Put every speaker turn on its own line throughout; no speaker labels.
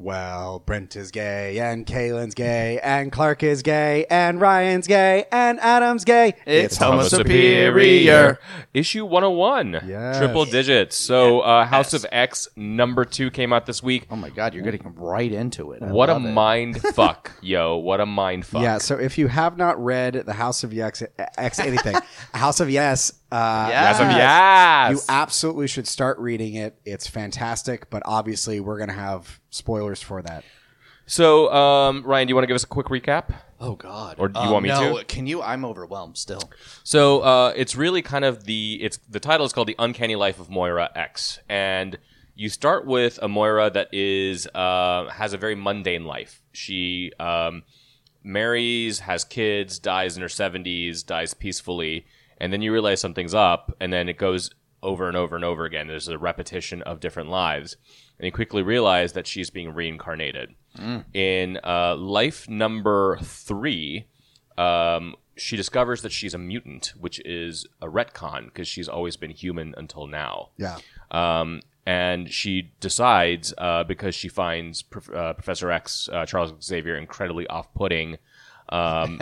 well, Brent is gay, and Kaylin's gay, and Clark is gay, and Ryan's gay, and Adam's gay.
It's Homo Superior.
Superior. Issue 101.
Yes.
Triple digits. So uh, House of X number two came out this week.
Oh my god, you're getting right into it. I
What a
love it.
mind fuck, yo. What a mind fuck.
Yeah, so if you have not read The House of Yes, X anything, House of Yes, uh,
As of
Yes.
yes.
you absolutely should start reading it. It's fantastic, but obviously we're going to have spoilers for that.
so, um, Ryan, do you want to give us a quick recap?
Oh god. Um,
Or do you want me
no,
to?
Can you? I'm overwhelmed still.
So uh, it's really kind of the it's the title is called the Uncanny Life of Moira X, and you start with a Moira that is uh, has a very mundane life. She um, marries, has kids, dies in her seventies, dies peacefully, and then you realize something's up, and then it goes over and over and over again. There's a repetition of different lives, and you quickly realize that she's being reincarnated. In uh, life number three, um, she discovers that she's a mutant, which is a retcon because she's always been human until now.
Yeah.
Um, and she decides uh, because she finds prof- uh, Professor X, uh, Charles Xavier, incredibly off-putting. Um,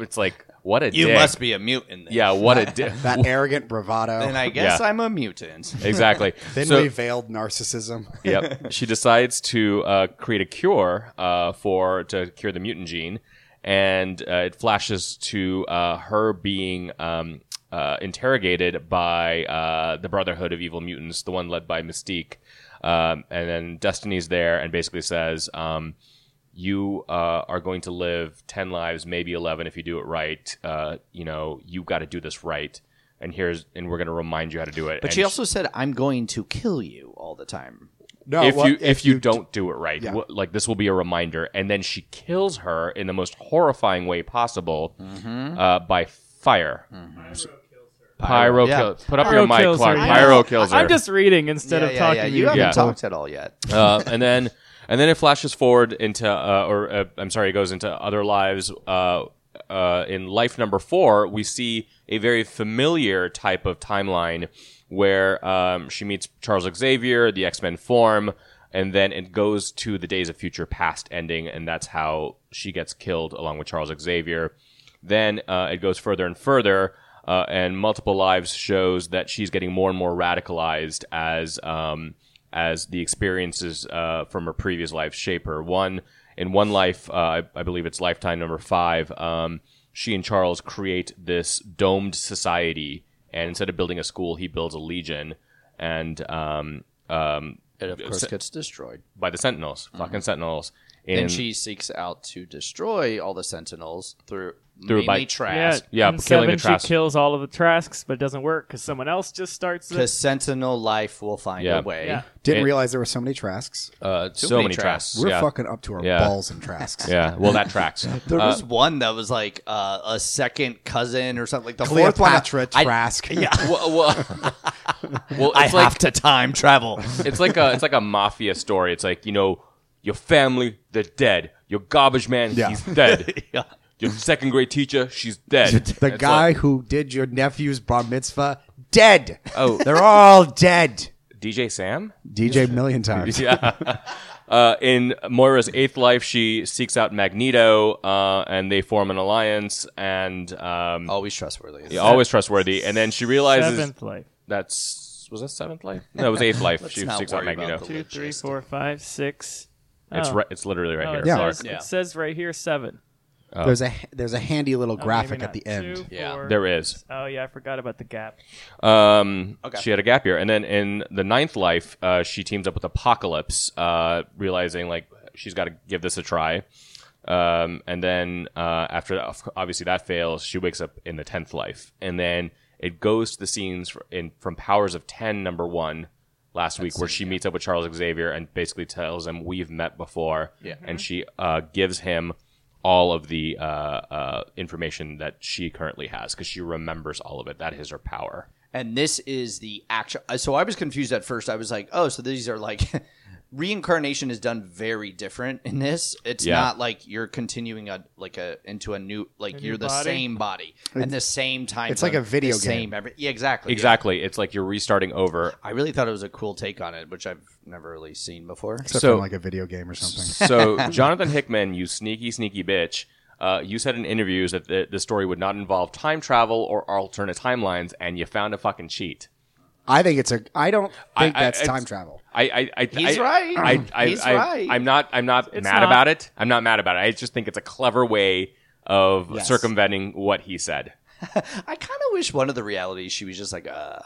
it's like what a
You
dick.
must be a mutant. Then.
yeah, what a dick.
That arrogant bravado,
And I guess
Yeah.
I'm a mutant.
exactly.
thinly
So-
veiled narcissism.
yep. She decides to uh, create a cure uh, for to cure the mutant gene, and uh, it flashes to uh, her being um, uh, interrogated by uh, the Brotherhood of Evil Mutants, the one led by Mystique, um, and then Destiny's there and basically says. Um, you uh, are going to live 10 lives maybe 11 if you do it right uh, you know you've got to do this right and here's and we're going to remind you how to do it
But
And
she also said, "I'm going to kill you all the time."
No,
if
well,
you if, you, don't do it right,
Yeah.
wh- like this will be a reminder. And then she kills her in the most horrifying way possible uh, by fire. Pyro, kills her. Pyro
Yeah.
kill- Put up
Pyro
your mic,
kills her,
Clark.
yeah.
Pyro kills her.
I'm just reading instead
yeah,
of
yeah,
talking
yeah.
to
You
you.
haven't
Yeah.
talked at all yet.
uh, and then and then it flashes forward into uh, or uh, I'm sorry, it goes into other lives. Uh, uh, in life number four, we see a very familiar type of timeline where um, she meets Charles Xavier, the X Men form, and then it goes to the Days of Future Past ending, and that's how she gets killed along with Charles Xavier. Then uh, it goes further and further, uh, and multiple lives shows that she's getting more and more radicalized as um, as the experiences uh, from her previous life shape her. One in one life, uh, I, I believe it's lifetime number five. Um, she and Charles create this domed society, and instead of building a school, he builds a legion, and um, um,
It of course gets destroyed.
by the Sentinels, fucking Sentinels.
Mm-hmm. and she seeks out to destroy all the Sentinels through,
Through
mainly
by-
Yeah,
Trask.
Yeah,
in
killing the
seven,
Trask.
She kills all of the Trasks, but it doesn't work because someone else just starts it.
Because Sentinel life will find
Yeah.
a way.
Yeah.
Didn't
It-
realize there were so many Trasks.
uh, so
many
many
tracks.
tracks.
We're
yeah.
fucking up to our
Yeah.
balls in Trasks.
Yeah, well, that tracks. Uh,
There was one that was like uh, a second cousin or something. Like the
Cleopatra
fourth one, I-
Trask.
yeah,
well, well, well,
I
it's like
have to time travel.
it's like a it's like a mafia story. It's like you know your family they're dead. Your garbage man
Yeah.
he's dead.
yeah.
Your second grade teacher she's dead.
The
It's
guy
like,
who did your nephew's bar mitzvah, dead.
Oh.
they're all dead.
DJ Sam.
DJ million times.
Yeah. Uh, in Moira's eighth life, she seeks out Magneto, uh, and they form an alliance. And um,
Always trustworthy.
yeah, always trustworthy. And then she realizes
Seventh life.
that's was that seventh life? No, it was eighth life. she
not
seeks out
worry about
Magneto.
the-
Two, three, four, five, six.
It's
Oh.
right. It's literally right
Oh,
here.
it,
Yeah.
Sorry.
says,
Yeah.
it says right here seven.
There's a there's a handy little graphic
Maybe
at the
not.
end.
Two,
Yeah.
four-
There is.
Oh yeah, I forgot about the gap.
Um,
Okay.
She had a gap year, and then in the ninth life, uh, she teams up with Apocalypse, uh, realizing like she's got to give this a try. Um, and then uh, after that, obviously that fails, she wakes up in the tenth life, and then it goes to the scenes fr- in from Powers of Ten, number one, last week, where she meets up with Charles Xavier and basically tells him we've met before,
Yeah.
and she uh, gives him all of the uh, uh, information that she currently has because she remembers all of it. That is her power.
uh, And this is the actual. So I was confused at first. I was like, oh, so these are like reincarnation is done very different in this. It's
Yeah.
not like you're continuing a like a into a new like
new
you're the
body.
same body and the same time.
it's like
zone,
a video
the Same every, yeah, exactly. yeah.
Exactly. It's like you're restarting over.
I really thought it was a cool take on it, which I've never really seen before.
Except
So-
from like a video game or something.
So, Jonathan Hickman, you sneaky, sneaky bitch, uh, you said in interviews that the, the story would not involve time travel or alternate timelines, and you found a fucking cheat.
I think it's a. I don't think
I-
that's
it's-
time travel.
I, I, I
He's
I-
right.
I, I,
He's
I,
right.
I'm not. I'm not mad
not.
about it. I'm not mad about it. I just think it's a clever way of
Yes.
circumventing what he said.
I kind of wish one of the realities she was just like uh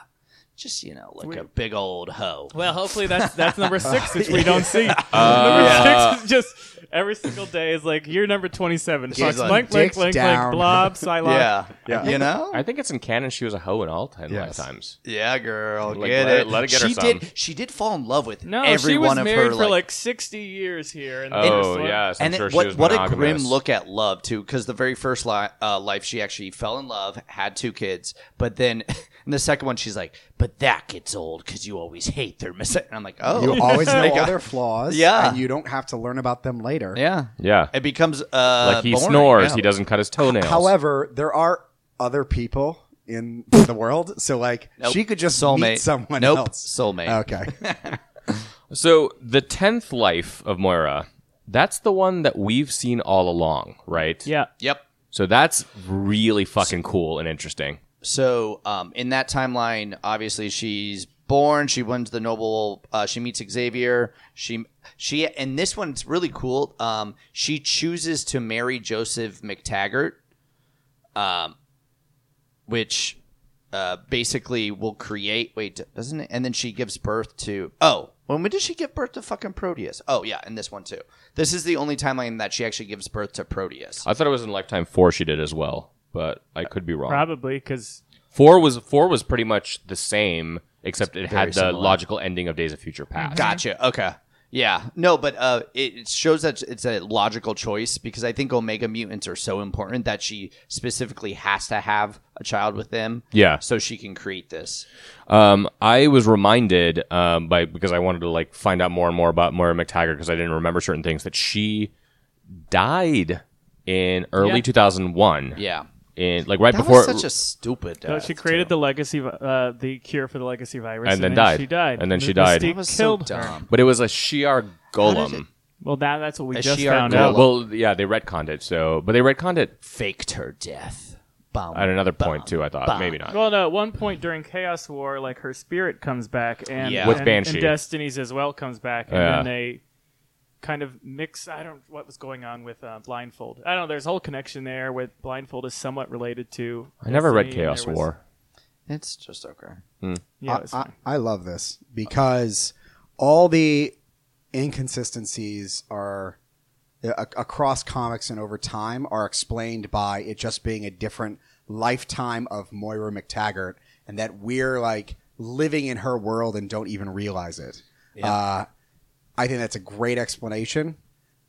just you know like a big old hoe.
Well, hopefully that's that's number six, which we don't see. number six is just every single day is like you're number twenty-seven. Fuck,
like,
blank, blank,
dicks
blank,
down.
blank, blob, Psylocke.
yeah,
Yeah.
you know.
I think it's in canon. She was a hoe in all ten
Yes.
lifetimes.
Yeah, girl,
Like,
get
let-
it.
let it get her
she
some.
did. She did fall in love with
No,
every
she was
one of
married
her
for like, sixty years here. And the
Oh
first one-
yes, I'm
and it-
sure she
what
was
what a
monogamous.
grim look at love too, because the very first li- uh, life she actually fell in love, had two kids, but then in the second one she's like, "But that gets old because you always hate their mis." And I'm like, "Oh,
You always know
Like,
all
uh,
their flaws.
Yeah.
and you don't have to learn about them later.
yeah."
Yeah,
It becomes uh,
like he
boring,
snores.
yeah.
He doesn't cut his toenails.
However, there are other people in the world, so like
Nope.
she could just
soulmate
meet someone
nope.
else.
Soulmate.
Okay,
so the tenth life of Moira. That's the one that we've seen all along, right?
yeah.
Yep.
So that's really fucking cool and interesting.
So um, in that timeline, obviously she's born. She wins the Nobel. Uh, she meets Xavier. She she and this one's really cool. Um, she chooses to marry Joseph McTaggart, um, which uh, basically will create. Wait, doesn't it? And then she gives birth to. Oh, when, when did she give birth to fucking Proteus? Oh yeah, and this one too. This is the only timeline that she actually gives birth to Proteus.
I thought it was in Lifetime Four. She did as well, but I could be wrong.
Probably because
Four was four was pretty much the same, except it had the
similar.
logical ending of Days of Future Past.
Gotcha. Okay. Yeah. No, but uh, it, it shows that it's a logical choice because I think Omega mutants are so important that she specifically has to have a child with them.
Yeah.
So she can create this.
Um, I was reminded um, by because I wanted to like find out more and more about Moira McTaggart because I didn't remember certain things that she died in early
Yeah.
2001.
Yeah.
in like right
That
before
was such a stupid.
no,
death,
she created
too.
the legacy, vi- uh, the cure for the legacy virus,
And then died.
She died,
And then she
The
died.
Mystique
That was so
killed her.
dumb.
but it was a Shi'ar
How did it-
golem.
Well, that, that's what we
A
just
Shi'ar
found
golem.
Yeah,
out.
well, yeah, they retconned it. So, but they retconned it
Faked her death. Bum,
at another
bum,
point too. I thought
bum.
maybe not.
Well, no. At one point during Chaos War, like her spirit comes back, and
Yeah.
With
and,
Banshee.
and Destiny's as well comes back, and
Yeah.
then they kind of mix. I don't what was going on with uh, Blindfold. I don't know. There's a whole connection there with Blindfold is somewhat related to.
I never read
Destiny, and
Chaos
there was-
War.
It's just okay.
Yeah, it was
I,
fine.
I, I love this because all the inconsistencies are a- across comics and over time are explained by it just being a different lifetime of Moira McTaggart, and that we're like living in her world and don't even realize it. Uh, I think that's a great explanation.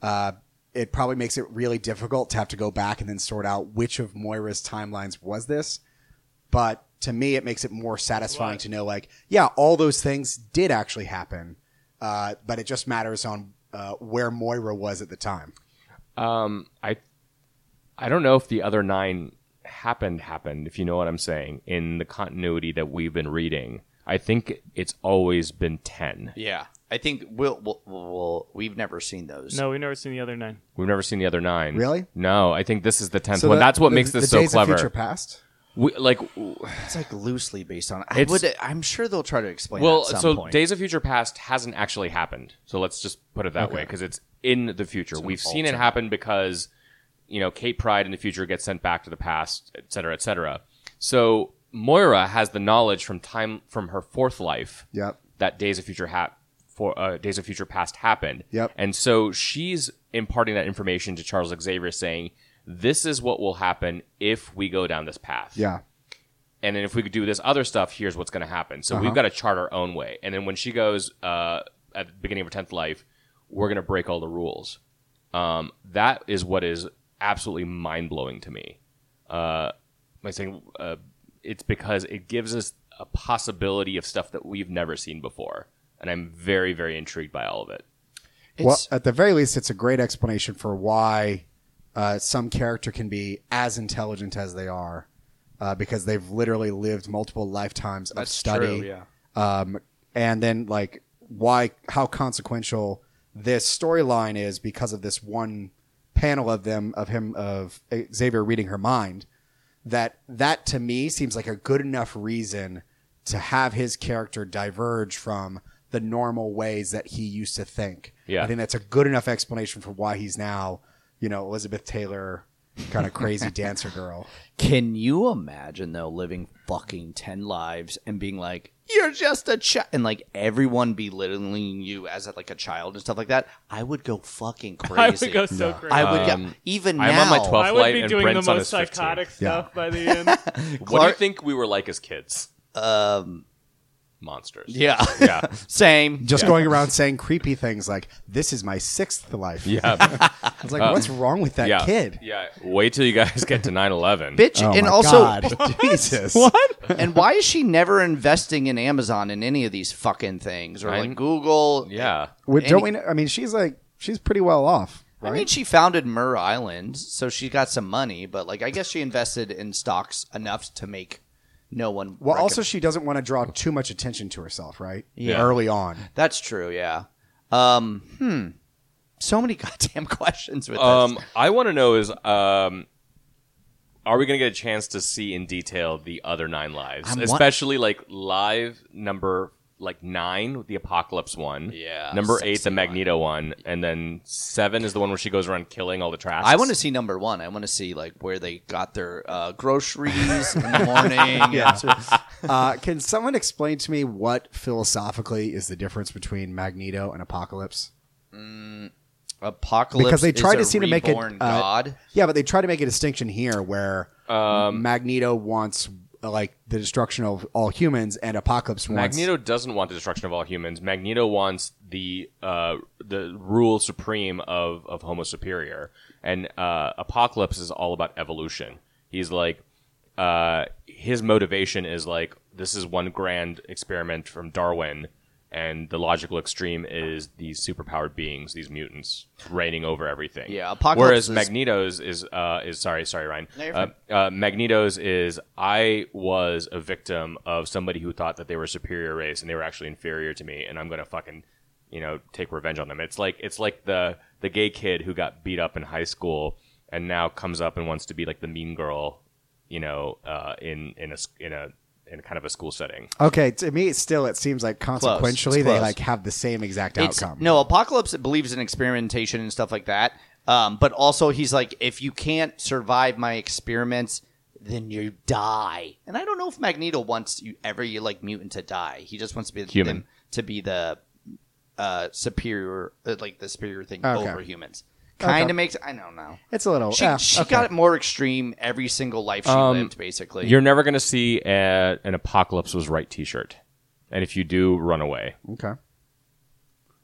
Uh, it probably makes it really difficult to have to go back and then sort out which of Moira's timelines was this. But to me, it makes it more satisfying to know, like, yeah, all those things did actually happen, uh, but it just matters on uh, where Moira was at the time.
Um, I I don't know if the other nine happened happened. If you know what I'm saying, in the continuity that we've been reading, I think it's always been ten.
Yeah. I think we'll, we'll, we'll we've never seen those.
No, we never seen the other nine.
We've never seen the other nine.
Really?
No, I think this is the tenth one. That's what
the-
makes this
the
so
Days Of Future
clever.
Past.
We, like,
It's like loosely based on. I
It's-
would. I'm sure they'll try to explain.
well,
that at some
so
point.
Days of Future Past hasn't actually happened. So let's just put it that way because it's in the future. We've seen it happen because you know Kate Pride in the future gets sent back to the past, et cetera, et cetera. So Moira has the knowledge from time from her fourth life.
Yep.
that Days of Future Hap for uh, Days of Future Past happened.
Yep.
And so she's imparting that information to Charles Xavier, saying, "This is what will happen if we go down this path."
Yeah.
And then if we could do this other stuff, here's what's going to happen. So we've got to chart our own way. And then when she goes uh, at the beginning of her tenth life, we're going to break all the rules. Um, that is what is absolutely mind blowing to me. Uh, am I saying uh, it's because it gives us a possibility of stuff that we've never seen before, and I'm very, very intrigued by all of it.
well,
It's-
at the very least, it's a great explanation for why uh, some character can be as intelligent as they are, uh, because they've literally lived multiple lifetimes of
That's
study.
true, yeah.
Um, and then like why, how consequential this storyline is because of this one panel of them of him of Xavier reading her mind. That that to me seems like a good enough reason to have his character diverge from the normal ways that he used to think.
Yeah.
I think that's a good enough explanation for why he's now, you know, Elizabeth Taylor kind of crazy dancer girl.
Can you imagine though living fucking ten lives and being like, you're just a child, and like everyone belittling you as like a child and stuff like that? I would go fucking
I
crazy.
would go so crazy.
I would
Um,
get, even
I'm
now.
on my 12th
I would
flight
be
and
doing
Brent's
the
on
most
his 15th.
psychotic
Yeah.
stuff by the end.
What do you
Clark-
think we were like as kids?
Um,
Monsters.
yeah,
Yeah.
same.
Just going around saying creepy things like, this is my sixth life.
Yeah. Uh,
I was like, what's wrong with that
yeah.
kid?
Yeah. Wait till you guys get to 9 11.
bitch,
Oh
and
my
also,
God. Jesus.
and why is she never investing in Amazon in any of these fucking things or
I'm-
like Google?
Yeah.
Well,
Any-
don't we know, I mean, she's like, she's pretty well off, right?
I mean, she founded Myrrh Island, so she got some money, but like, I guess she invested in stocks enough to make no one.
well,
recog-
also, she doesn't want to draw too much attention to herself, right?
Yeah.
Early on.
that's true. Yeah. Um. Hmm. So many goddamn questions with
Um,
this.
I want to know is um, are we going to get a chance to see in detail the other nine lives,
I'm wa-
especially like live number like nine, the apocalypse one.
Yeah,
Number
sexy
eight, the
one.
Magneto one. and then seven is the one where she goes around killing all the trash.
I want to see number one. I want to see like where they got their uh, groceries in the morning.
uh, can someone explain to me what philosophically is the difference between Magneto and Apocalypse?
Apocalypse
Because they tried
is
to
a
seem to make it,
reborn
uh,
god.
Yeah, but they try to make a distinction here where
Um,
Magneto wants uh, like the destruction of all humans, and Apocalypse wants
Magneto doesn't want the destruction of all humans. Magneto wants the uh, the rule supreme of, of Homo superior, and uh, Apocalypse is all about evolution. He's like, uh, his motivation is like, this is one grand experiment from Darwin, and the logical extreme is these superpowered beings, these mutants, reigning over everything.
Yeah, Apocalypse
Whereas
is-
Magneto's is uh, is sorry, sorry, Ryan.
No, you're
Uh,
fine.
uh, Magneto's is I was a victim of somebody who thought that they were a superior race and they were actually inferior to me, and I'm gonna fucking you know take revenge on them. It's like it's like the the gay kid who got beat up in high school and now comes up and wants to be like the mean girl, you know, uh, in in a s- in a in kind of a school setting.
Okay, to me, it's still, it seems like consequentially they
close.
like have the same exact
It's-
outcome.
No, Apocalypse believes in experimentation and stuff like that. Um, but also, he's like, if you can't survive my experiments, then you die. And I don't know if Magneto wants you every like mutant to die. He just wants to be the-
Human.
them to be the uh, superior, uh, like the superior thing
Okay.
over humans. Kind of makes I don't know.
it's a little.
She,
yeah,
she
okay. Um,
got it more extreme every single life she lived, basically.
You're never gonna see a, an apocalypse was right T-shirt, and if you do, run away.
Okay.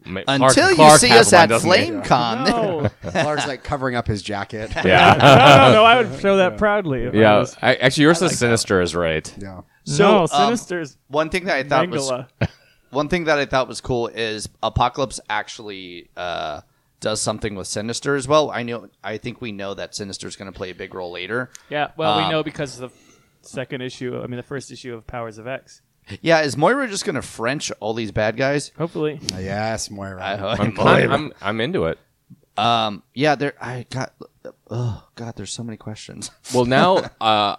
Ma-
Until
Clark-
you
Clark
see
has
us
one,
at
doesn't he?
FlameCon,
No,
Lar's like covering up his jacket.
Yeah,
no, no, I would show that proudly. If I
yeah.
was.
I, actually, yours is sinister is right.
Yeah.
So,
no,
um,
Sinister's
one thing that I thought was
Mangala.
one thing that I thought was cool is Apocalypse actually uh, does something with Sinister as well. I know, I think we know that Sinister is going to play a big role later.
Yeah, well,
Um,
we know because of the second issue. I mean, the first issue of Powers of X.
Yeah, is Moira just going to French all these bad guys?
Hopefully,
Yes, Moira.
I,
I'm,
Moira.
I'm, I'm into it.
um, yeah, there. I got. Oh God, there's so many questions.
Well, now uh,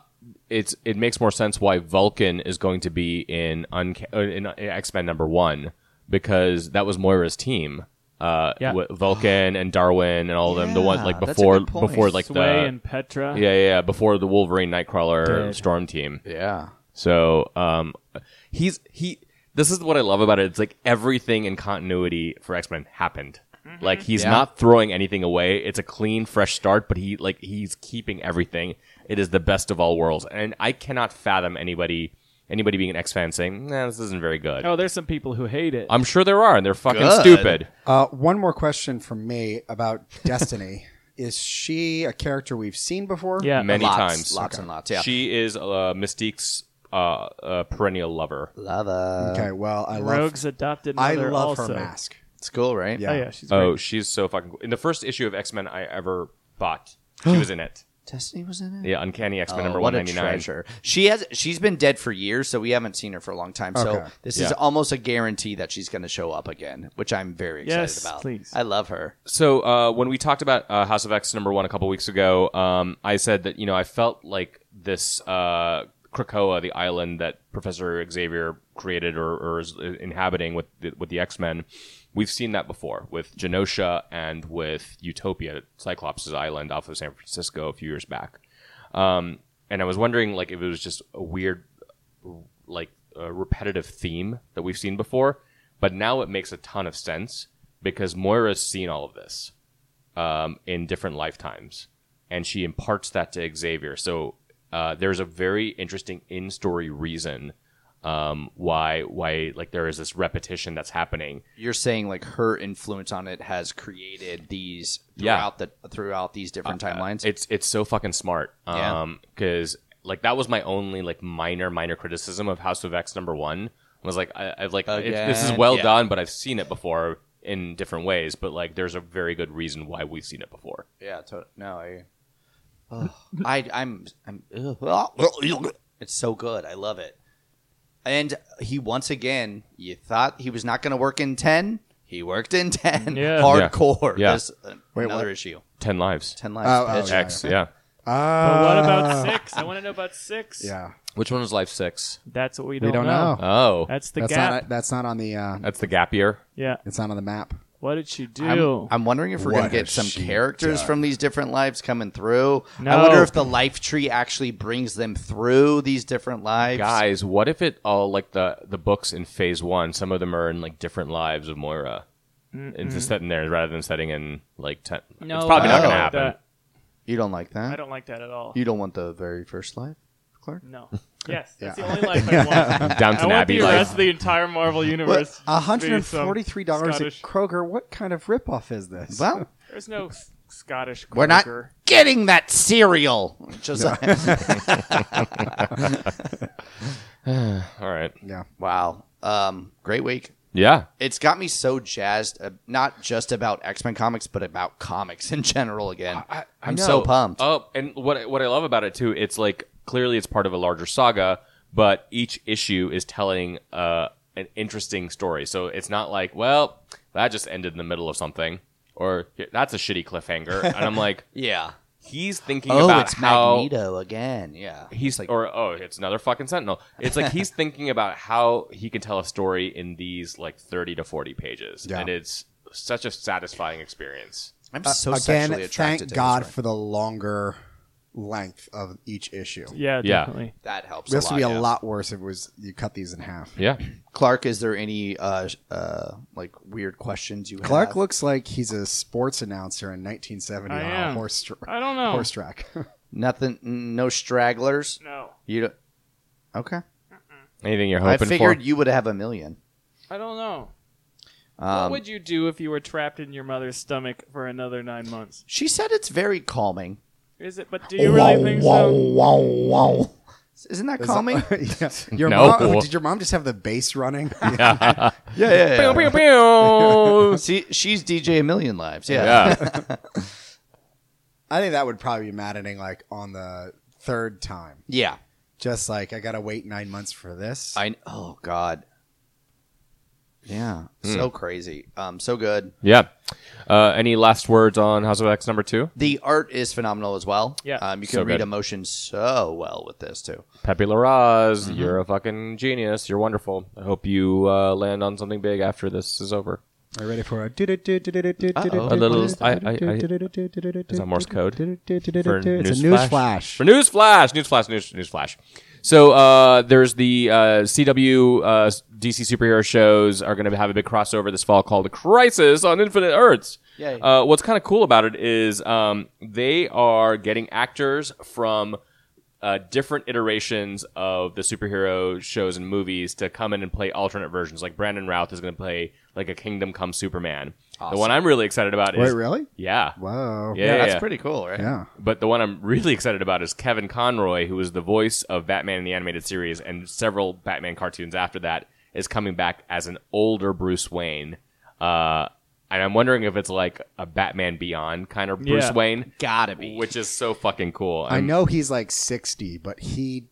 it's it makes more sense why Vulcan is going to be in Unca- uh, in X Men number one because that was Moira's team. Uh,
Yeah.
wi- Vulcan and Darwin and all of them. The one like
Yeah, that's a
before
good point.
before like
Sway
the
and Petra.
yeah, yeah yeah before the Wolverine Nightcrawler
Dead.
Storm team.
Yeah,
So um, he's he. This is what I love about it. It's like everything in continuity for X Men happened.
Mm-hmm.
Like he's
Yeah.
not throwing anything away. It's a clean, fresh start. But he like he's keeping everything. It is the best of all worlds, and I cannot fathom anybody anybody being an X fan saying, "Nah, this isn't very good."
Oh, there's some people who hate it.
I'm sure there are, and they're fucking
Good.
stupid.
Uh, one more question from me about Destiny. Is she a character we've seen before?
yeah,
Many
Uh, lots,
times,
lots and lots. Yeah,
she is uh, Mystique's uh, uh, perennial lover.
love. uh,
Okay. Well, I love.
Rogue's adopted
I
mother
love
also.
her mask.
It's cool, right?
Yeah.
Oh yeah, she's
Oh,
great.
she's so fucking cool. In the first issue of X Men I ever bought, she was in it.
Destiny was in it.
Yeah, Uncanny X Men
Oh,
number one
what a
ninety nine.
treasure. She has she's been dead for years, so we haven't seen her for a long time. So
Okay.
this
Yeah.
is almost a guarantee that she's going to show up again, which I'm very excited
Yes,
about.
please.
I love her.
So uh, when we talked about uh, House of X number one a couple weeks ago, um, I said that you know I felt like this uh, Krakoa, the island that Professor Xavier created or, or is inhabiting with the, with the X Men. We've seen that before with Genosha and with Utopia, Cyclops' island off of San Francisco a few years back. Um, and I was wondering like if it was just a weird like a repetitive theme that we've seen before, but now it makes a ton of sense because Moira's seen all of this um, in different lifetimes, and she imparts that to Xavier. So uh, there's a very interesting in-story reason um, why why like there is this repetition that's happening.
You're saying like her influence on it has created these
Yeah.
throughout the throughout these different timelines.
It's it's so fucking smart.
Yeah.
Um, because like that was my only like minor minor criticism of House of X number one was like I, I like it, this is
Again,
well
yeah.
done, but I've seen it before in different ways. But like, there's a very good reason why we've seen it before.
yeah, to- no, I, Ugh. I, I'm, I'm. ugh. It's so good. I love it. And he once again, you thought he was not going to work in ten. He worked in ten.
Yeah.
Hardcore.
Yeah.
This- uh,
Wait,
another
what?
issue.
Ten lives.
Ten lives.
Oh, oh,
bitch.
yeah.
X. Yeah.
Ah.
But what about six? I want to know about six.
Yeah.
Which one was life six?
that's what we
We don't
don't, know.
know.
Oh,
That's the
that's
gap.
not that's not on the uh,
that's the gap year.
yeah.
it's not on the map.
What did she do?
I'm, I'm wondering if we're
What
going to get
has
some
she
characters
done?
from these different lives coming through. I
No.
wonder if the life tree actually brings them through these different lives.
Guys, what if it all like the the books in phase one? Some of them are in like different lives of Moira. It's just setting there rather than setting in like ten. it's probably
I
not
don't
going to
like
happen.
that.
You don't like that?
I don't like that at all.
you don't want the very first life, Clark?
No. Yes, that's
Yeah.
the only life I want. I
Downton
want
Abbey
the
life.
rest of the entire Marvel universe. to be some
um, $143 at
Scottish-
Kroger. What kind of ripoff is this?
Well,
There's no s- Scottish.
we're not
Kroger.
getting that cereal. Just
All right.
yeah.
wow. Um, great week.
Yeah.
It's got me so jazzed, uh, not just about X Men comics, but about comics in general again. I, am so
No.
pumped.
Oh, and what what I love about it too, it's like clearly it's part of a larger saga, but each issue is telling uh, an interesting story. So it's not like, well, that just ended in the middle of something, or that's a shitty cliffhanger. and I'm like,
yeah.
he's thinking
Oh,
about
it's
how
Magneto again. Yeah.
he's like, or oh, it's another fucking Sentinel. It's like he's thinking about how he can tell a story in these like thirty to forty pages,
Yeah.
and it's such a satisfying experience.
I'm so
Uh, Again,
sexually attracted
thank
to
God
this
for the longer length of each issue.
Yeah,
Yeah.
definitely.
one. that helps.
This
a
would
lot,
be a
yeah.
lot worse if it was you cut these in half.
Yeah.
Clark, is there any uh, sh- uh, like weird questions you
Clark
have?
looks like he's a sports announcer in 1970
I
on a
am.
horse, tr-
I don't know.
horse track.
nothing, no stragglers.
No,
You don't, okay?
Anything you're
I
hoping
figured
for?
you would have a million.
I don't know. what
Um,
would you do if you were trapped in your mother's stomach for another nine months?
she said it's very calming.
Is it? But do you really think so?
wow, wow.
Isn't that calming?
yeah. Your
No.
mom, did your mom just have the bass running?
yeah, yeah,
Pew, pew, pew.
See, she's DJ a million lives. Yeah.
yeah.
I think that would probably be maddening, like on the third time.
Yeah.
Just like I gotta wait nine months for this.
I. Oh God. Yeah.
Hmm.
So crazy. Um. So good.
Yeah. Uh, any last words on House of X number two?
The art is phenomenal as well.
Yeah.
Um. You can
So
read
good.
emotion so well with this too.
Pepe Larraz,
Mm-hmm.
you're a fucking genius. You're wonderful. I hope you uh, land on something big after this is over.
Are you ready for a, a
A little- I- I- I- Is that Morse code? For
It's a news flash.
For news flash. News flash. News, news flash. So uh, there's the uh, CW uh, DC superhero shows are going to have a big crossover this fall called Crisis on Infinite Earths.
Yay.
Uh, what's kind of cool about it is um, they are getting actors from uh, different iterations of the superhero shows and movies to come in and play alternate versions. Like Brandon Routh is going to play like a Kingdom Come Superman. The one I'm really excited about
Wait,
is
really?
yeah,
Whoa.
yeah,
that's
yeah.
pretty cool, right?
Yeah.
But the one I'm really excited about is Kevin Conroy, who was the voice of Batman in the animated series and several Batman cartoons after that, is coming back as an older Bruce Wayne. Uh, and I'm wondering if it's like a Batman Beyond kind of Bruce
Yeah.
Wayne,
Gotta be.
which is so fucking cool.
I
And
know he's like 60, but he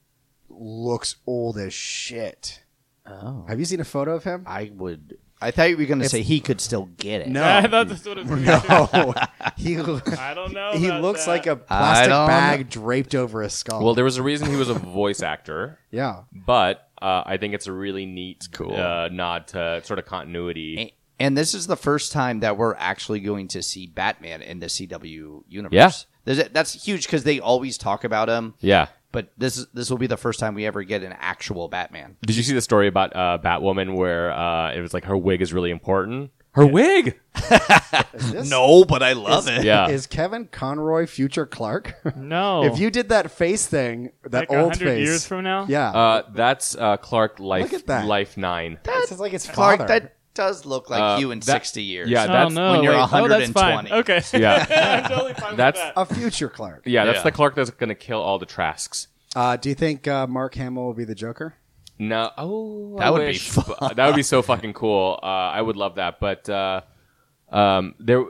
looks old as shit.
Oh.
Have you seen a photo of him?
I would. I thought you were going to say he could still get it.
No.
I thought that's what it was.
No. he lo-
I don't know.
he
about
looks
that.
like a plastic
don't-
bag draped over his skull.
Well, there was a reason he was a voice actor,
yeah.
but uh, I think it's a really neat
cool.
uh, nod to sort of continuity.
A- And this is the first time that we're actually going to see Batman in the CW universe.
Yeah.
There's a- that's huge because they always talk about him.
Yeah.
But this is- this will be the first time we ever get an actual Batman.
Did you see the story about uh, Batwoman where uh, it was like her wig is really important? Her wig.
This
No, but I love it.
Yeah.
Is Kevin Conroy future Clark?
no.
if you did that face thing, that
Oh. like
old
100
face.
years from now.
yeah.
Uh, that's uh, Clark Life
Look at that.
Life Nine.
this is like his
Clark,
father.
that does look like
Uh,
you in
that-
60 years.
yeah,
Oh,
that's
no,
when you're
wait. Oh,
120.
that's fine. Okay.
Yeah.
I'm totally fine
That's-
with that.
a future Clark.
Yeah, that's
Yeah.
the Clark that's gonna kill all the Trasks.
Uh, do you think uh, Mark Hamill will be the Joker?
No, oh,
That
I
would be
wish,
fun.
but- That would be so fucking cool. Uh, I would love that. But uh, um, there,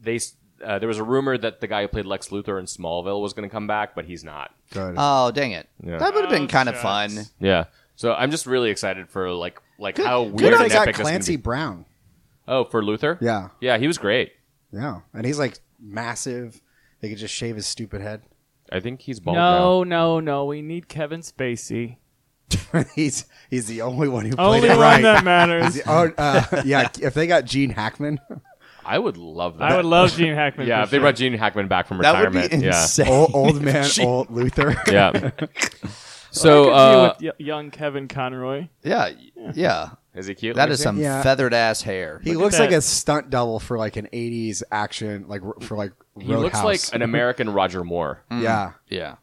they, s- uh, there was a rumor that the guy who played Lex Luthor in Smallville was going to come back, but he's not.
Good.
Oh, dang it.
Yeah.
That would have been
Oh,
kind of
shucks.
fun.
Yeah. So I'm just really excited for like like how
Good
weird
they
and
got
epic this
Clancy
Can be.
Brown.
Oh, for Luthor.
Yeah.
Yeah, he was great.
Yeah. And he's like massive. They could just shave his stupid head.
I think he's bald
No, no, no. We need Kevin Spacey.
he's he's the only one who played
Only
it
one
right.
that matters.
He's the- oh, uh, yeah. If they got Gene Hackman,
now. I would love that.
I would love Gene Hackman.
Yeah,
for
if they
sure.
brought Gene Hackman back from
That would be
retirement. yeah.
insane.
old, old man, old Luther.
Yeah.
I
so
could
uh,
see with y- young Kevin Conroy.
Yeah. Yeah.
is he cute?
That
Let me
is
see.
some
Yeah.
feathered ass hair.
He
Look at
looks like
that.
a stunt double for like an '80s action, like r- for like
He looks
Roadhouse.
like an American Roger Moore.
Hmm.
yeah.
yeah.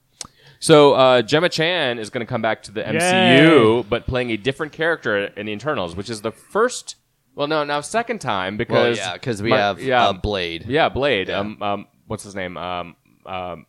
So uh, Gemma Chan is going to come back to the MCU, but playing a different character in the Internals, which is the first. Well, no, now second time
Well,
because
Oh, yeah, because we
Mar-
have
yeah
uh, Blade.
yeah Blade
Yeah.
um um what's his name um um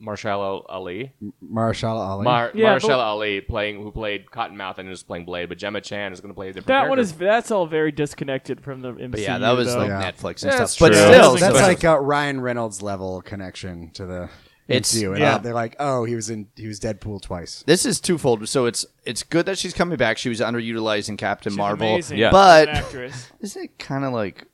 Marshall Ali
Marshall Ali.
Mar-
Yeah,
Marshall
but-
Ali playing who played Cottonmouth and was playing Blade, but Gemma Chan is going to play a different.
That
character.
one is that's all very disconnected from the MCU.
But yeah, that was
though.
like
Yeah.
Netflix and
That's
stuff. But
true.
still,
that's
so-
like uh, Ryan Reynolds level connection to the
It's-
MCU. And
yeah.
uh, they're like, oh, he was in, he was Deadpool twice.
this is twofold. So it's it's good that she's coming back. She was underutilized in Captain
She's
Marvel,
amazing.
Yeah.
She's
but
an actress.
isn't it kind of like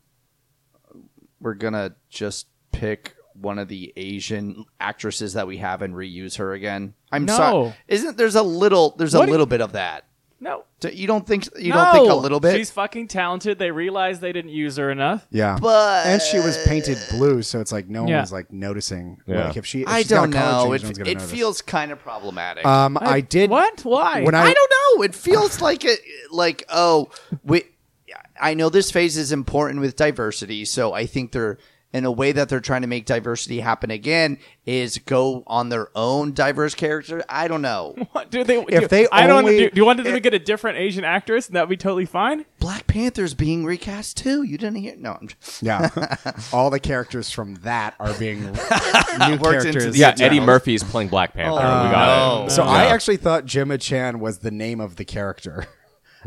we're gonna just pick one of the Asian actresses that we have and reuse her again? I'm
No.
sorry. Isn't there's a little there's
What
a
do-
little bit of that.
No,
Do- You don't think you don't think a
No!
little bit?
She's fucking talented. They realized they didn't use her enough.
Yeah.
But-
and she was painted blue, so it's like no
Yeah.
one's like noticing.
Yeah.
Like if she, if
I
she's got
don't
a color
know.
change, no one's
it
gonna
it
notice.
feels kind of problematic.
Um, I, did.
What? Why?
When I-
I don't know. It feels like it. Like oh, we. I know this phase is important with diversity, so I think they're in a way that they're trying to make diversity happen again is go on their own diverse character. I don't know.
What do they?
If
do,
they
I don't.
only-
do, do you want them to get a different Asian actress, and that'd be totally fine.
Black Panther's being recast too. You didn't hear? No, I'm.
Yeah. All the characters from that are being new
Worked into
characters.
the
yeah
Internals.
Eddie Murphy's playing Black Panther. we got
Oh, no.
it.
So I
Yeah.
actually thought Gemma Chan was the name of the character.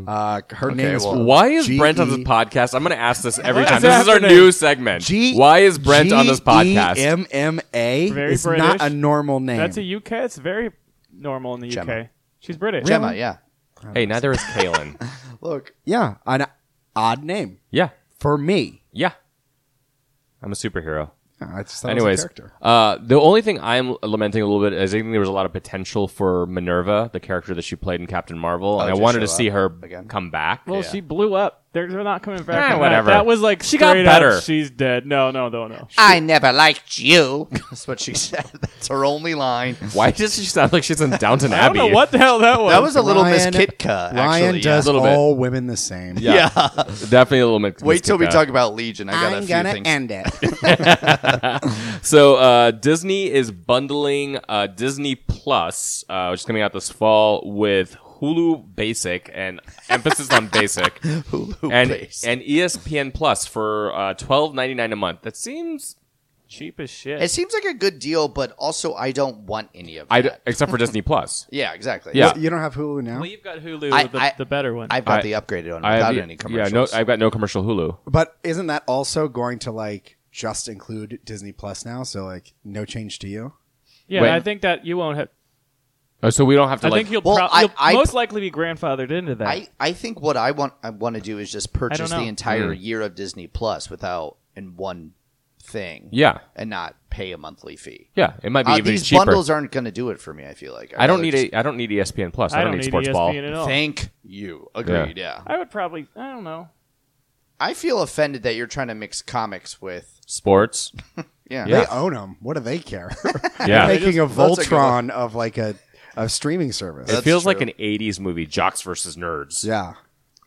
Uh, her name is
well-
Why is
G
Brent on this
E-
podcast? I'm going to ask this every
What
time.
is
This is our
happening?
new segment.
G. E
Why is Brent on this podcast?
M M A
Very
is not a
British.
normal name.
That's a UK. It's very normal in the
Gemma.
UK. She's British.
Gemma, yeah.
hey, neither is Kalen.
Look,
yeah, an odd name
yeah,
for me.
yeah. I'm a superhero.
I just thought
Anyways,
it was a character.
uh, the only thing I'm lamenting a little bit is I think there was a lot of potential for Minerva, the character that she played in Captain Marvel, and I
just
wanted to
show
see
up
her
again.
come back.
Well, she blew up. They're, they're not coming
Eh,
back. from that.
whatever.
That was like
She got
straight up,
better.
she's dead. No, no, no, no.
I never liked you. That's what she said. That's her only line.
Why does she sound like she's in Downton
I don't
Abbey?
know what the hell that was.
That was a little Miss
Ryan-
Kitka.
Ryan
actually,
does
Yeah.
Little bit.
all women the same.
Yeah, definitely a little bit.
Wait till we talk about Legion. I got a
I'm
few
gonna
things.
end it.
So uh, Disney is bundling uh, Disney Plus, uh, which is coming out this fall, with Hulu Basic and emphasis on Basic,
Hulu
and E
base.
and ESPN Plus for uh, twelve ninety nine a month. That seems
Cheap as shit.
It seems like a good deal, but also I don't want any of
I d-
that.
except for Disney Plus.
yeah, exactly.
Yeah.
You don't have Hulu now,
well, you've got Hulu,
I-
the,
I-
the better one.
I've got
I-
the upgraded one
I have
without
the-
any
yeah,
commercials.
no, I've got no commercial Hulu.
but isn't that also going to like just include Disney Plus now? So like, no change to you.
yeah,
Wait.
I think that you won't have.
Uh, so we don't have to
I
like.
think you'll,
Well,
prob-
I-
you'll
I-
most likely be grandfathered into that.
I, I think what I want I want to do is just purchase the
know.
entire
Mm.
year of Disney Plus without in one thing.
yeah,
And not pay a monthly fee.
yeah, it might be
Uh,
even
these
cheaper.
bundles aren't going to do it for me. I feel like
I don't need
it.
a, I don't need E ESPN Plus. I,
I don't need E
Sports
ESPN
Ball.
at all.
Thank you. Agreed. Yeah.
I would probably. I don't know.
I feel offended that you're trying to mix comics with
Sports.
yeah.
Yeah.
They own them. What do they care?
Yeah.
Making a
that's a good
Voltron
one.
of like a, a streaming service.
It
That's
feels like
true.
an 80s movie, Jocks versus Nerds.
yeah.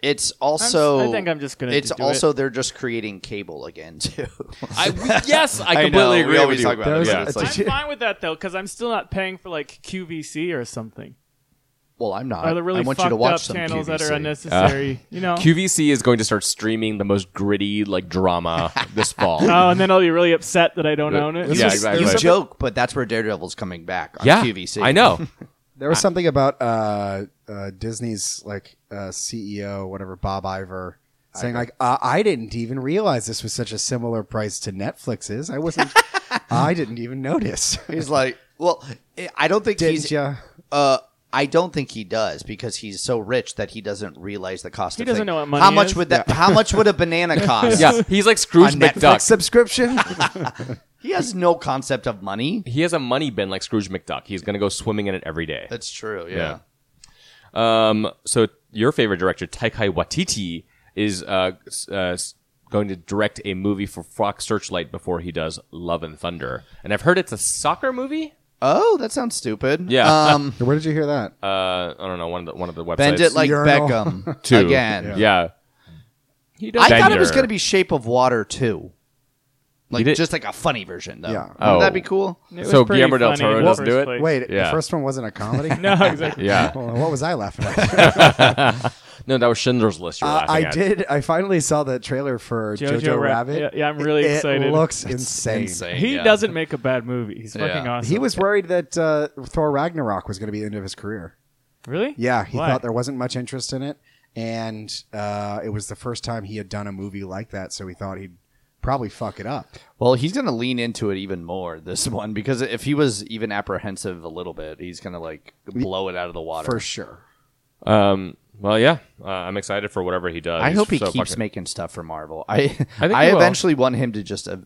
It's also.
I'm, I think I'm just gonna.
It's
do
also they're just creating cable again too.
I, yes, I
know,
completely
we
agree
always
with you.
talk about that,
yeah.
but it's
It.
like-
I'm fine with that though, because I'm still not paying for like QVC or something.
well, I'm not.
Are the really
I want you
fucked
to watch
up
some
channels that
QVC.
are unnecessary? you know.
QVC is going to start streaming the most gritty like drama this fall.
Uh,
oh, and then I'll be really upset that I don't own it.
Yeah,
It's just-
exactly.
You joke, but that's where Daredevil's coming back on
yeah,
QVC.
I know.
There was something about uh, uh, Disney's like uh, CEO, whatever Bob Iver, saying like, uh, "I didn't even realize this was such a similar price to Netflix's. I wasn't. I didn't even notice.
He's like, well, I don't think
Didn't
he's.
ya?
Uh, I don't think he does because he's so rich that he doesn't realize the cost.
He
of
doesn't
things.
know what money
How much
is.
would that? How much would a banana cost?
yeah, he's like Scrooge
On Netflix.
Like
McDuck.
subscription?
he has no concept of money.
He has a money bin like Scrooge McDuck. He's going to go swimming in it every day.
That's true. Yeah.
Yeah. Um, so your favorite director, Taika Waititi, is uh, s- uh, s- going to direct a movie for Fox Searchlight before he does Love and Thunder, and I've heard it's a soccer movie.
Oh, that sounds stupid.
Yeah.
Um,
Where did you hear that?
Uh, I don't know one of the one of the websites.
bend it like
Urinal.
Beckham
Two.
again.
Yeah.
He
I
does.
thought it was
Bender.
going to be Shape of Water too. Like
did-
just like a funny version though.
Yeah.
Wouldn't
Oh.
that be cool?
It was
So
pretty
Guillermo del
funny
Toro
in the
doesn't do
first
it?
place.
Wait,
Yeah.
the first one wasn't a comedy.
No, exactly.
Yeah.
Well, what was I laughing at?
No, that was Schindler's List. You were
Uh,
laughing
I
at.
did. I finally saw the trailer for
Jojo
Jojo,
Ra-
Rabbit.
yeah, yeah, I'm really
it
excited.
looks insane.
He
yeah.
doesn't make a bad movie. He's
Yeah.
fucking awesome.
He was worried that uh, Thor Ragnarok was going to be the end of his career.
really.
Yeah, he
Why?
thought there wasn't much interest in it, and uh, it was the first time he had done a movie like that, so he thought he'd probably fuck it up.
Well, he's going to lean into it even more this one because if he was even apprehensive a little bit, he's going to like blow it out of the water.
For sure.
Um, well, yeah, uh, I'm excited for whatever he does.
I hope he
So
keeps
fucking-
making stuff for Marvel. I
I
I,
think he will.
eventually want him to just uh,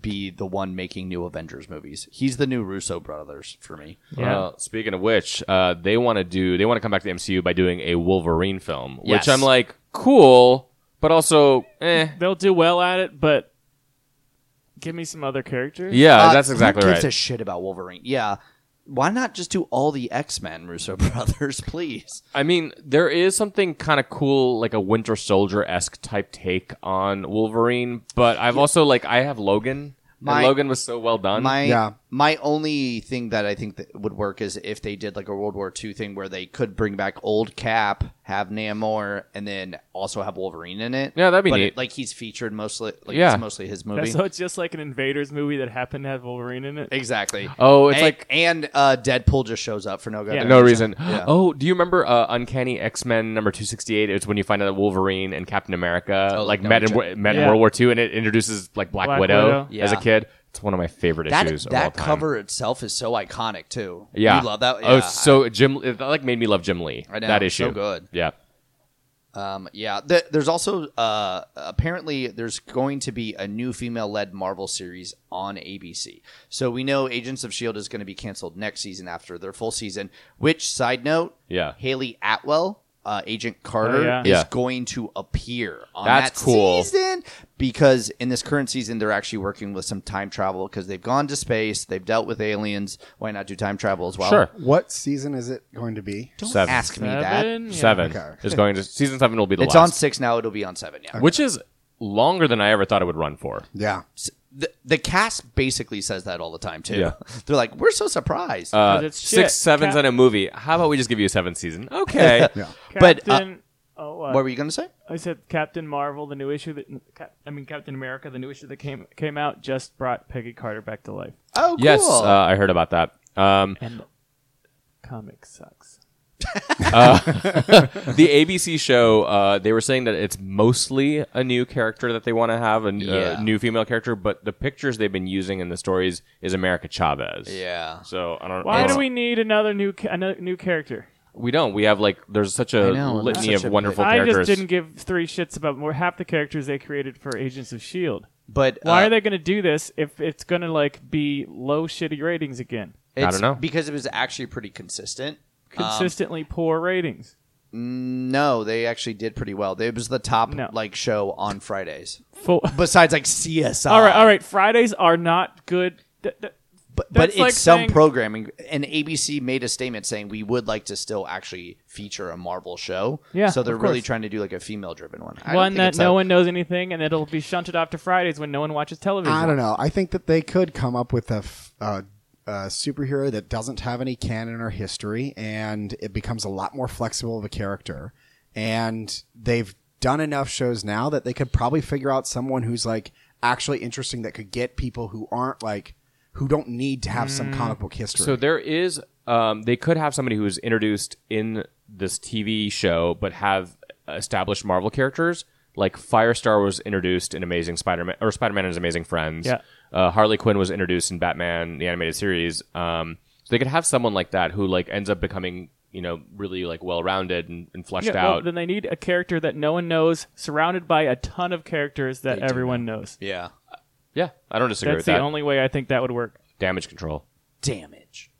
be the one making new Avengers movies. He's the new Russo brothers for me.
Yeah.
Well, speaking of which, uh, they want to do they want to come back to the MCU by doing a Wolverine film, which
Yes.
I'm like, cool, but also, eh.
They'll do well at it, but give me some other characters.
Yeah,
Uh,
that's exactly
who
right.
Gives a shit about Wolverine. Yeah, why not just do all the X Men Russo brothers, please?
I mean, there is something kind of cool, like a Winter Soldier esque type take on Wolverine, but I've also like I have Logan.
My-
and Logan was so well done.
My
Yeah.
my only thing that I think that would work is if they did like a World War II thing where they could bring back old Cap, have Namor, and then also have Wolverine in it.
Yeah, that'd be
But
neat.
it- like he's featured mostly. Like
Yeah.
it's mostly his movie.
So it's just like an Invaders movie that happened to have Wolverine in it.
Exactly.
Oh, it's
and,
like-
and uh, Deadpool just shows up for no good.
Yeah.
no reason.
Yeah.
Oh, do you remember uh, Uncanny X Men number two sixty eight? It's when you find out that Wolverine and Captain America
Oh,
like
no,
met in,
Jack-
wo- met in
Yeah.
World War II, and it introduces like Black,
Black
Widow,
Widow.
as a
Yeah.
kid. It's one of my favorite
That
issues of all
that
time.
cover itself is so iconic too.
yeah,
you love that.
Oh,
Yeah.
so Jim it, like made me love Jim Lee.
I know,
That
so
issue,
good.
Yeah,
Um, yeah, Th- there's also uh, apparently there's going to be a new female-led Marvel series on ABC. So we know Agents of Shield E is going to be canceled next season after their full season. Which side note,
Yeah.
Haley Atwell, uh, Agent Carter,
Oh, yeah.
is
Yeah.
going to appear on
That's
that
cool.
season because in this current season they're actually working with some time travel because they've gone to space, they've dealt with aliens. Why not do time travel as well?
sure.
What season is it going to be?
Don't
Seven.
ask me that.
Seven? Yeah.
Seven
Okay.
is going to season seven will be the
It's on
last,
six now. It'll be on seven. Yeah.
which is longer than I ever thought it would run for.
Yeah.
S- the, the cast basically says that all the time too.
Yeah.
They're like, we're so surprised.
Uh,
'Cause it's
six
shit.
sevens
Cap-
on a movie. How about we just give you a seventh season? Okay.
Yeah.
but, uh,
Captain, oh, uh,
what were you gonna say?
I said Captain Marvel, the new issue that Cap- I mean Captain America, the new issue that came came out, just brought Peggy Carter back to life.
Oh, cool.
Yes, uh, I heard about that.
Mm.
Um,
And comic sucks.
the ABC show, uh, they were saying that it's mostly a new character that they want to have, a n- uh,
Yeah.
new female character, but the pictures they've been using in the stories is America Chavez.
yeah.
So I don't.
Why
it's-
do we need another new ca- another new character?
We don't. We have like there's such a
I know, and
litany
that's
of
such a
wonderful
I
characters.
just didn't give three shits about more half the characters they created for Agents of Shield.
But
Why
uh,
are they going to do this if it's going to like be low shitty ratings again?
It's
I don't know.
because it was actually pretty consistent.
Consistently poor ratings.
No, they actually did pretty well. It was the top
No.
like show on Fridays.
Full.
Besides like CSI.
all right, all right. Fridays are not good. Th- th-
But, but
That's
it's
like
some
saying-
programming, and ABC made a statement saying we would like to still actually feature a Marvel show.
Yeah,
so they're
of
really
course.
trying to do like a female-driven one. I don't
one
think
that
it's
no
a-
one knows anything, and it'll be shunted off to Fridays when no one watches television.
I don't know. I think that they could come up with a, f- a- a superhero that doesn't have any canon or history, and it becomes a lot more flexible of a character. And they've done enough shows now that they could probably figure out someone who's like actually interesting that could get people who aren't like who don't need to have some comic
Mm.
book history.
So there is, um, they could have somebody who's introduced in this TV show, but have established Marvel characters. Like Firestar was introduced in Amazing Spider-Man or Spider-Man and His Amazing Friends.
Yeah.
Uh, Harley Quinn was introduced in Batman the animated series. Um, so they could have someone like that who like ends up becoming, you know, really like well-rounded and, and fleshed
Yeah, well,
out.
then they need a character that no one knows, surrounded by a ton of characters that
They do
everyone knows.
Yeah.
yeah, I don't disagree
That's
with
the
that.
only way I think that would work.
Damage control.
Damage.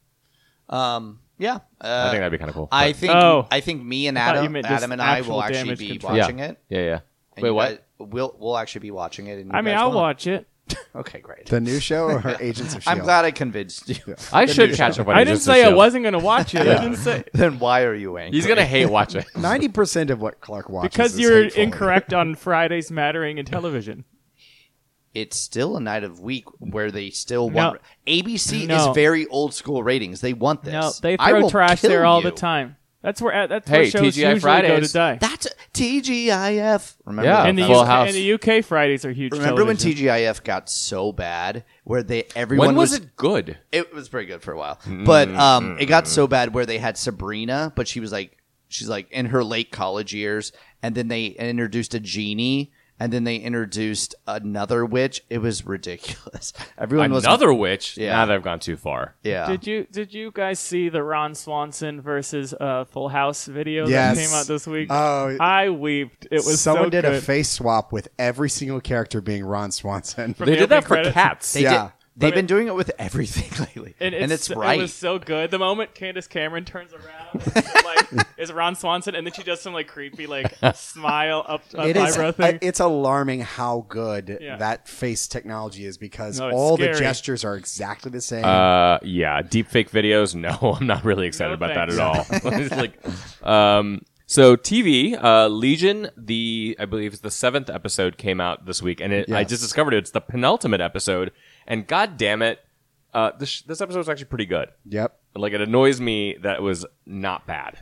Um. Yeah. Uh,
I think that'd be kind of cool.
I
but-
think
Oh.
I think me and
I thought you
Adam,
meant just
Adam and I
actual
will actually
damage
be
control.
watching
yeah.
it.
Yeah, yeah.
And
Wait,
you
what?
guys- we'll we'll actually be watching it. And you
I mean,
guys
I'll
won't.
watch it.
Okay, great.
the new show or Agents of Shield?
I'm glad I convinced you.
I should catch up on
I
it
didn't
just to
say I
show.
wasn't going to watch it. I didn't say
then why are you angry?
He's gonna hate watching.
Ninety percent of what Clark watches
because
is
you're
hateful.
incorrect on Fridays mattering in television.
it's still a night of week where they still
No.
want ABC
No.
is very old school ratings. They want this.
No, they
I
throw
will
trash
kill
there all
you.
the time. That's where uh, that's
Hey,
where shows
TGI
usually go
Fridays.
to die.
That's TGIF. Remember
Yeah.
that?
and the
Full
UK,
House.
and the UK Fridays are huge.
remember when
television.
TGIF got so bad where they everyone
When was it good?
It was pretty good for a while, but um, it got so bad where they had Sabrina, but she was like, she's like in her late college years, and then they introduced a genie, and then they introduced another witch. It was ridiculous. Everyone was
Another witch.
Yeah.
Now they've gone too far.
yeah.
Did you did you guys see the Ron Swanson versus uh, Full House video
Yes.
that came out this week?
Oh.
I weeped. It was
someone
so
did
good.
a face swap with every single character being Ron Swanson.
From
They
the
did that
opening
for
credits.
cats.
They
Yeah.
did, they've been doing it with everything lately,
And it's,
right.
It was so good. The moment Candace Cameron turns around, it's like is Ron Swanson, and then she does some like creepy like smile up, up
It is.
eyebrow thing.
uh, It's alarming how good
Yeah.
that face technology is because
No, it's
all the
scary.
gestures are exactly the same.
Uh, yeah, deepfake videos. No, I'm not really excited
No
about that at all. It's like, um, so TV, uh, Legion, the I believe it's the seventh episode came out this week, and it, I
Yes.
just discovered it's the penultimate episode. And god damn it, uh, this this episode was actually pretty good.
yep.
Like it annoys me that it was not bad.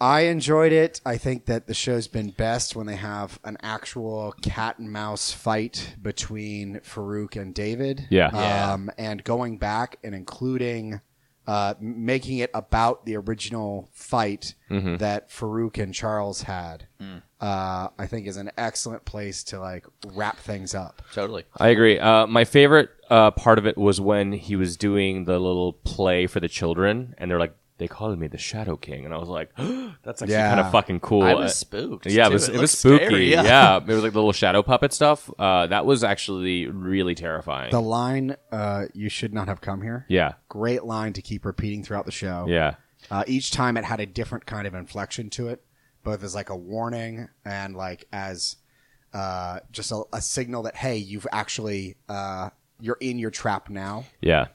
I enjoyed it. I think that the show's been best when they have an actual cat and mouse fight between Farouk and David.
Yeah.
Yeah.
Um, and going back and including, uh, m- making it about the original fight
Mm-hmm.
that Farouk and Charles had. Uh, I think is an excellent place to like wrap things up.
totally.
I agree. Uh, my favorite uh, part of it was when he was doing the little play for the children, and they're like, "They called me the Shadow King," and I was like, "That's actually
Yeah.
kind of fucking cool."
I was
Uh,
spooked,
Yeah, it
too.
was.
It
It, was
looked
spooky.
scary, yeah.
yeah. it was like the little shadow puppet stuff. Uh, that was actually really terrifying.
The line, uh, "You should not have come here."
yeah,
Great line to keep repeating throughout the show.
yeah.
Uh, each time it had a different kind of inflection to it, both as like a warning and like as uh, just a, a signal that hey, you've actually uh, you're in your trap now.
Yeah.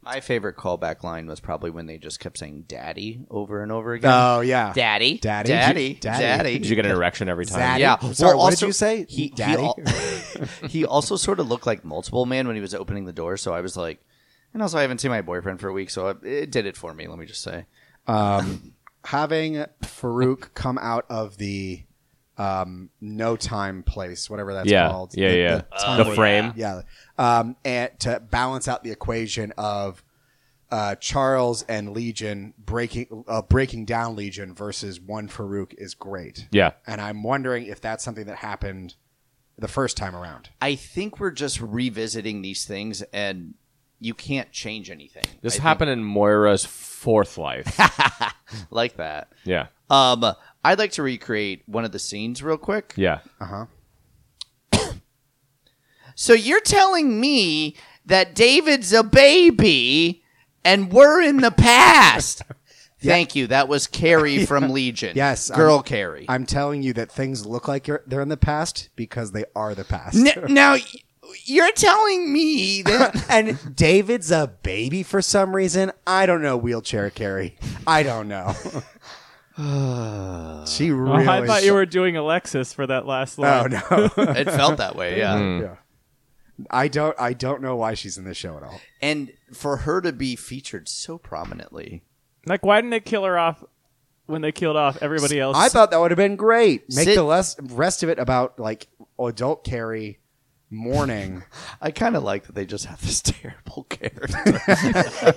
My favorite callback line was probably when they just kept saying "daddy" over and over again.
yeah,
Daddy,
Daddy.
daddy,
Daddy.
daddy.
Did you get an erection every time?
Zaddy.
Yeah.
Sorry,
Well,
what did
also-
you say?
He
Daddy?
He, al- he also sort of looked like multiple man when he was opening the door, so I was like, and also I haven't seen my boyfriend for a week, so it, it did it for me. Let me just say,
having Farouk come out of the um, No Time Place, whatever that's
yeah,
called.
yeah,
The-
yeah.
the time
the
warp.
frame.
Yeah. Um, and to balance out the equation of uh, Charles and Legion breaking uh, breaking down Legion versus one Farouk is great.
Yeah.
And I'm wondering if that's something that happened the first time around.
I think we're just revisiting these things, and you can't change anything. I
This
think-
happened in Moira's fourth life.
like that.
yeah.
Um, I'd like to recreate one of the scenes real quick.
Yeah.
Uh huh.
So you're telling me that David's a baby and we're in the past. Thank you. That was Carrie from Legion.
Yes,
Girl
I'm-
Carrie.
I'm telling you that things look like you're, they're in the past because they are the past.
N- now, y- you're telling me that.
and David's a baby for some reason. I don't know wheelchair carry. I don't know. she
Oh,
really.
I thought you were doing Alexis for that last
Oh
line.
no.
it felt that way, yeah.
yeah. I don't. I don't know why she's in the show at all.
And for her to be featured so prominently.
Like, why didn't they kill her off when they killed off everybody else?
I thought that would have been great. Make
Sid-
the less, rest of it about like adult carry mourning.
I kind of like that they just have this terrible character.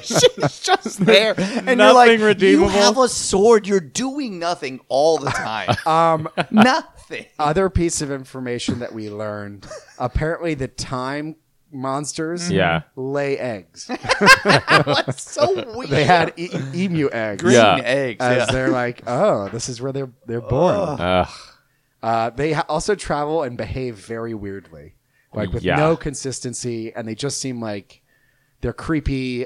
She's just there, and you're like,
Nothing redeemable.
you have a sword. You're doing nothing all the time.
Um,
nothing.
other piece of information that we learned. Apparently, the time monsters
Yeah.
lay eggs.
That's so weird.
They had e- e- emu eggs.
green
Yeah.
eggs.
as
yeah.
they're like, oh, this is where they're they're born.
Ugh.
Uh, they ha- also travel and behave very weirdly, like with
Yeah.
no consistency, and they just seem like they're creepy.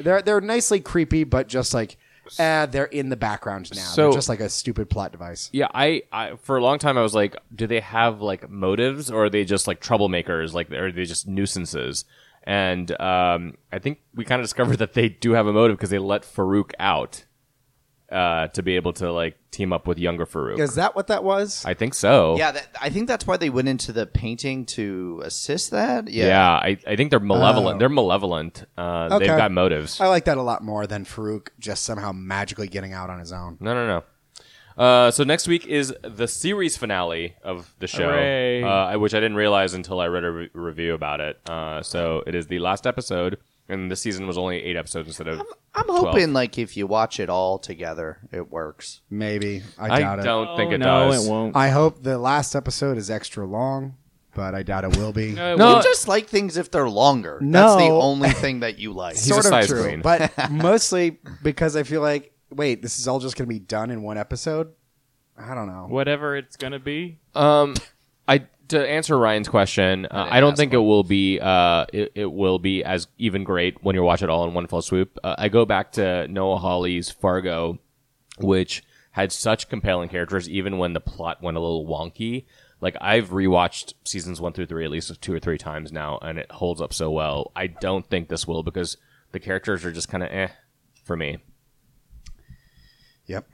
They're they're nicely creepy, but just like. Uh, they're in the background now.
So-
they're just like a stupid plot device.
Yeah, I, I for a long time I was like, do they have like motives or are they just like troublemakers? Like, are they just nuisances? And um, I think we kind of discovered that they do have a motive because they let Farouk out uh, to be able to like team up with younger Farouk.
Is that what that was?
I think so.
Yeah, that, I think that's why they went into the painting to assist that.
Yeah,
Yeah.
I, I think they're malevolent.
Oh.
They're malevolent. Uh, They've
Okay.
got motives.
I, like that a lot more than Farouk just somehow magically getting out on his own.
No, no, no. Uh, so next week is the series finale of the show,
Hooray.
uh, which I didn't realize until I read a re- review about it. Uh, so it is the last episode, and this season was only eight episodes instead of.
I'm
12.
hoping like if you watch it all together, it works.
Maybe I doubt
I
it.
don't think it
Oh, no,
does.
it won't.
I hope the last episode is extra long, but I doubt it will be.
Uh,
No.
you just like things if they're longer.
No.
That's the only thing that you like.
He's a
sort of
size
true,
queen.
but mostly because I feel like wait, this is all just going to be done in one episode. I don't know.
Whatever it's gonna be.
Um, I to answer Ryan's question, uh, I don't think it will be. Uh, it, it will be as even great when you watch it all in one fell swoop. Uh, I go back to Noah Hawley's Fargo, which had such compelling characters, even when the plot went a little wonky. Like I've rewatched seasons one through three at least two or three times now, and it holds up so well. I don't think this will because the characters are just kind of eh for me.
Yep.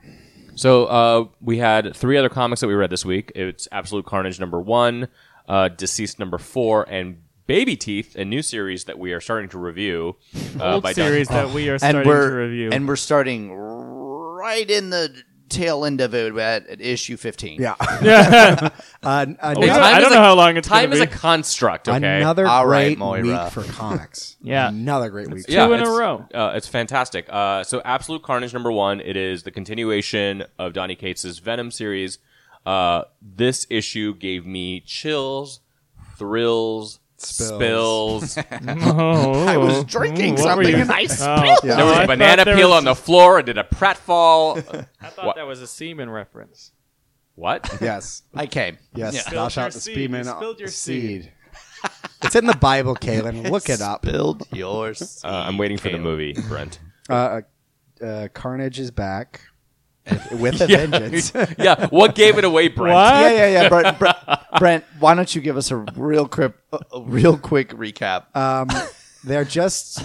So uh, we had three other comics that we read this week. It's Absolute Carnage number one, uh, Deceased number four, and Baby Teeth, a new series that we are starting to review. Uh,
Old
by Don-
series that we are starting
and we're
to review.
and we're starting right in the tail end of it at, at issue 15
Yeah. uh,
Hey,
another,
I
time
don't
is
know how long it's
Time
gonna
is a
be.
construct. Okay.
another
All right,
great
Moira.
week for comics.
Yeah.
Another great week.
Two in a
it's-
row.
Uh, it's fantastic. Uh, so, Absolute Carnage number one. It is the continuation of Donny Cates' Venom series. Uh, this issue gave me chills, thrills,
Spills.
spills.
oh,
i was drinking
Ooh, what were
something
you-
and i
Oh,
spilled
Yeah.
There was a
I thought
banana
there
peel
was-
on the floor. I did a pratfall.
I thought
What?
that was a semen reference.
what?
Yes.
i came
Yes.
Yeah.
Thou
Spilled your
shalt
seed.
speak
You spilled your
seed. it's in the Bible, Kaylin. Look it up.
spilled yours
Uh, I'm waiting for the movie, Brent.
Uh, uh, Carnage is back with a vengeance.
yeah, what gave it away, Brent?
What?
yeah yeah yeah brent, brent, brent why don't you give us a real quick a real quick recap
Um, they're just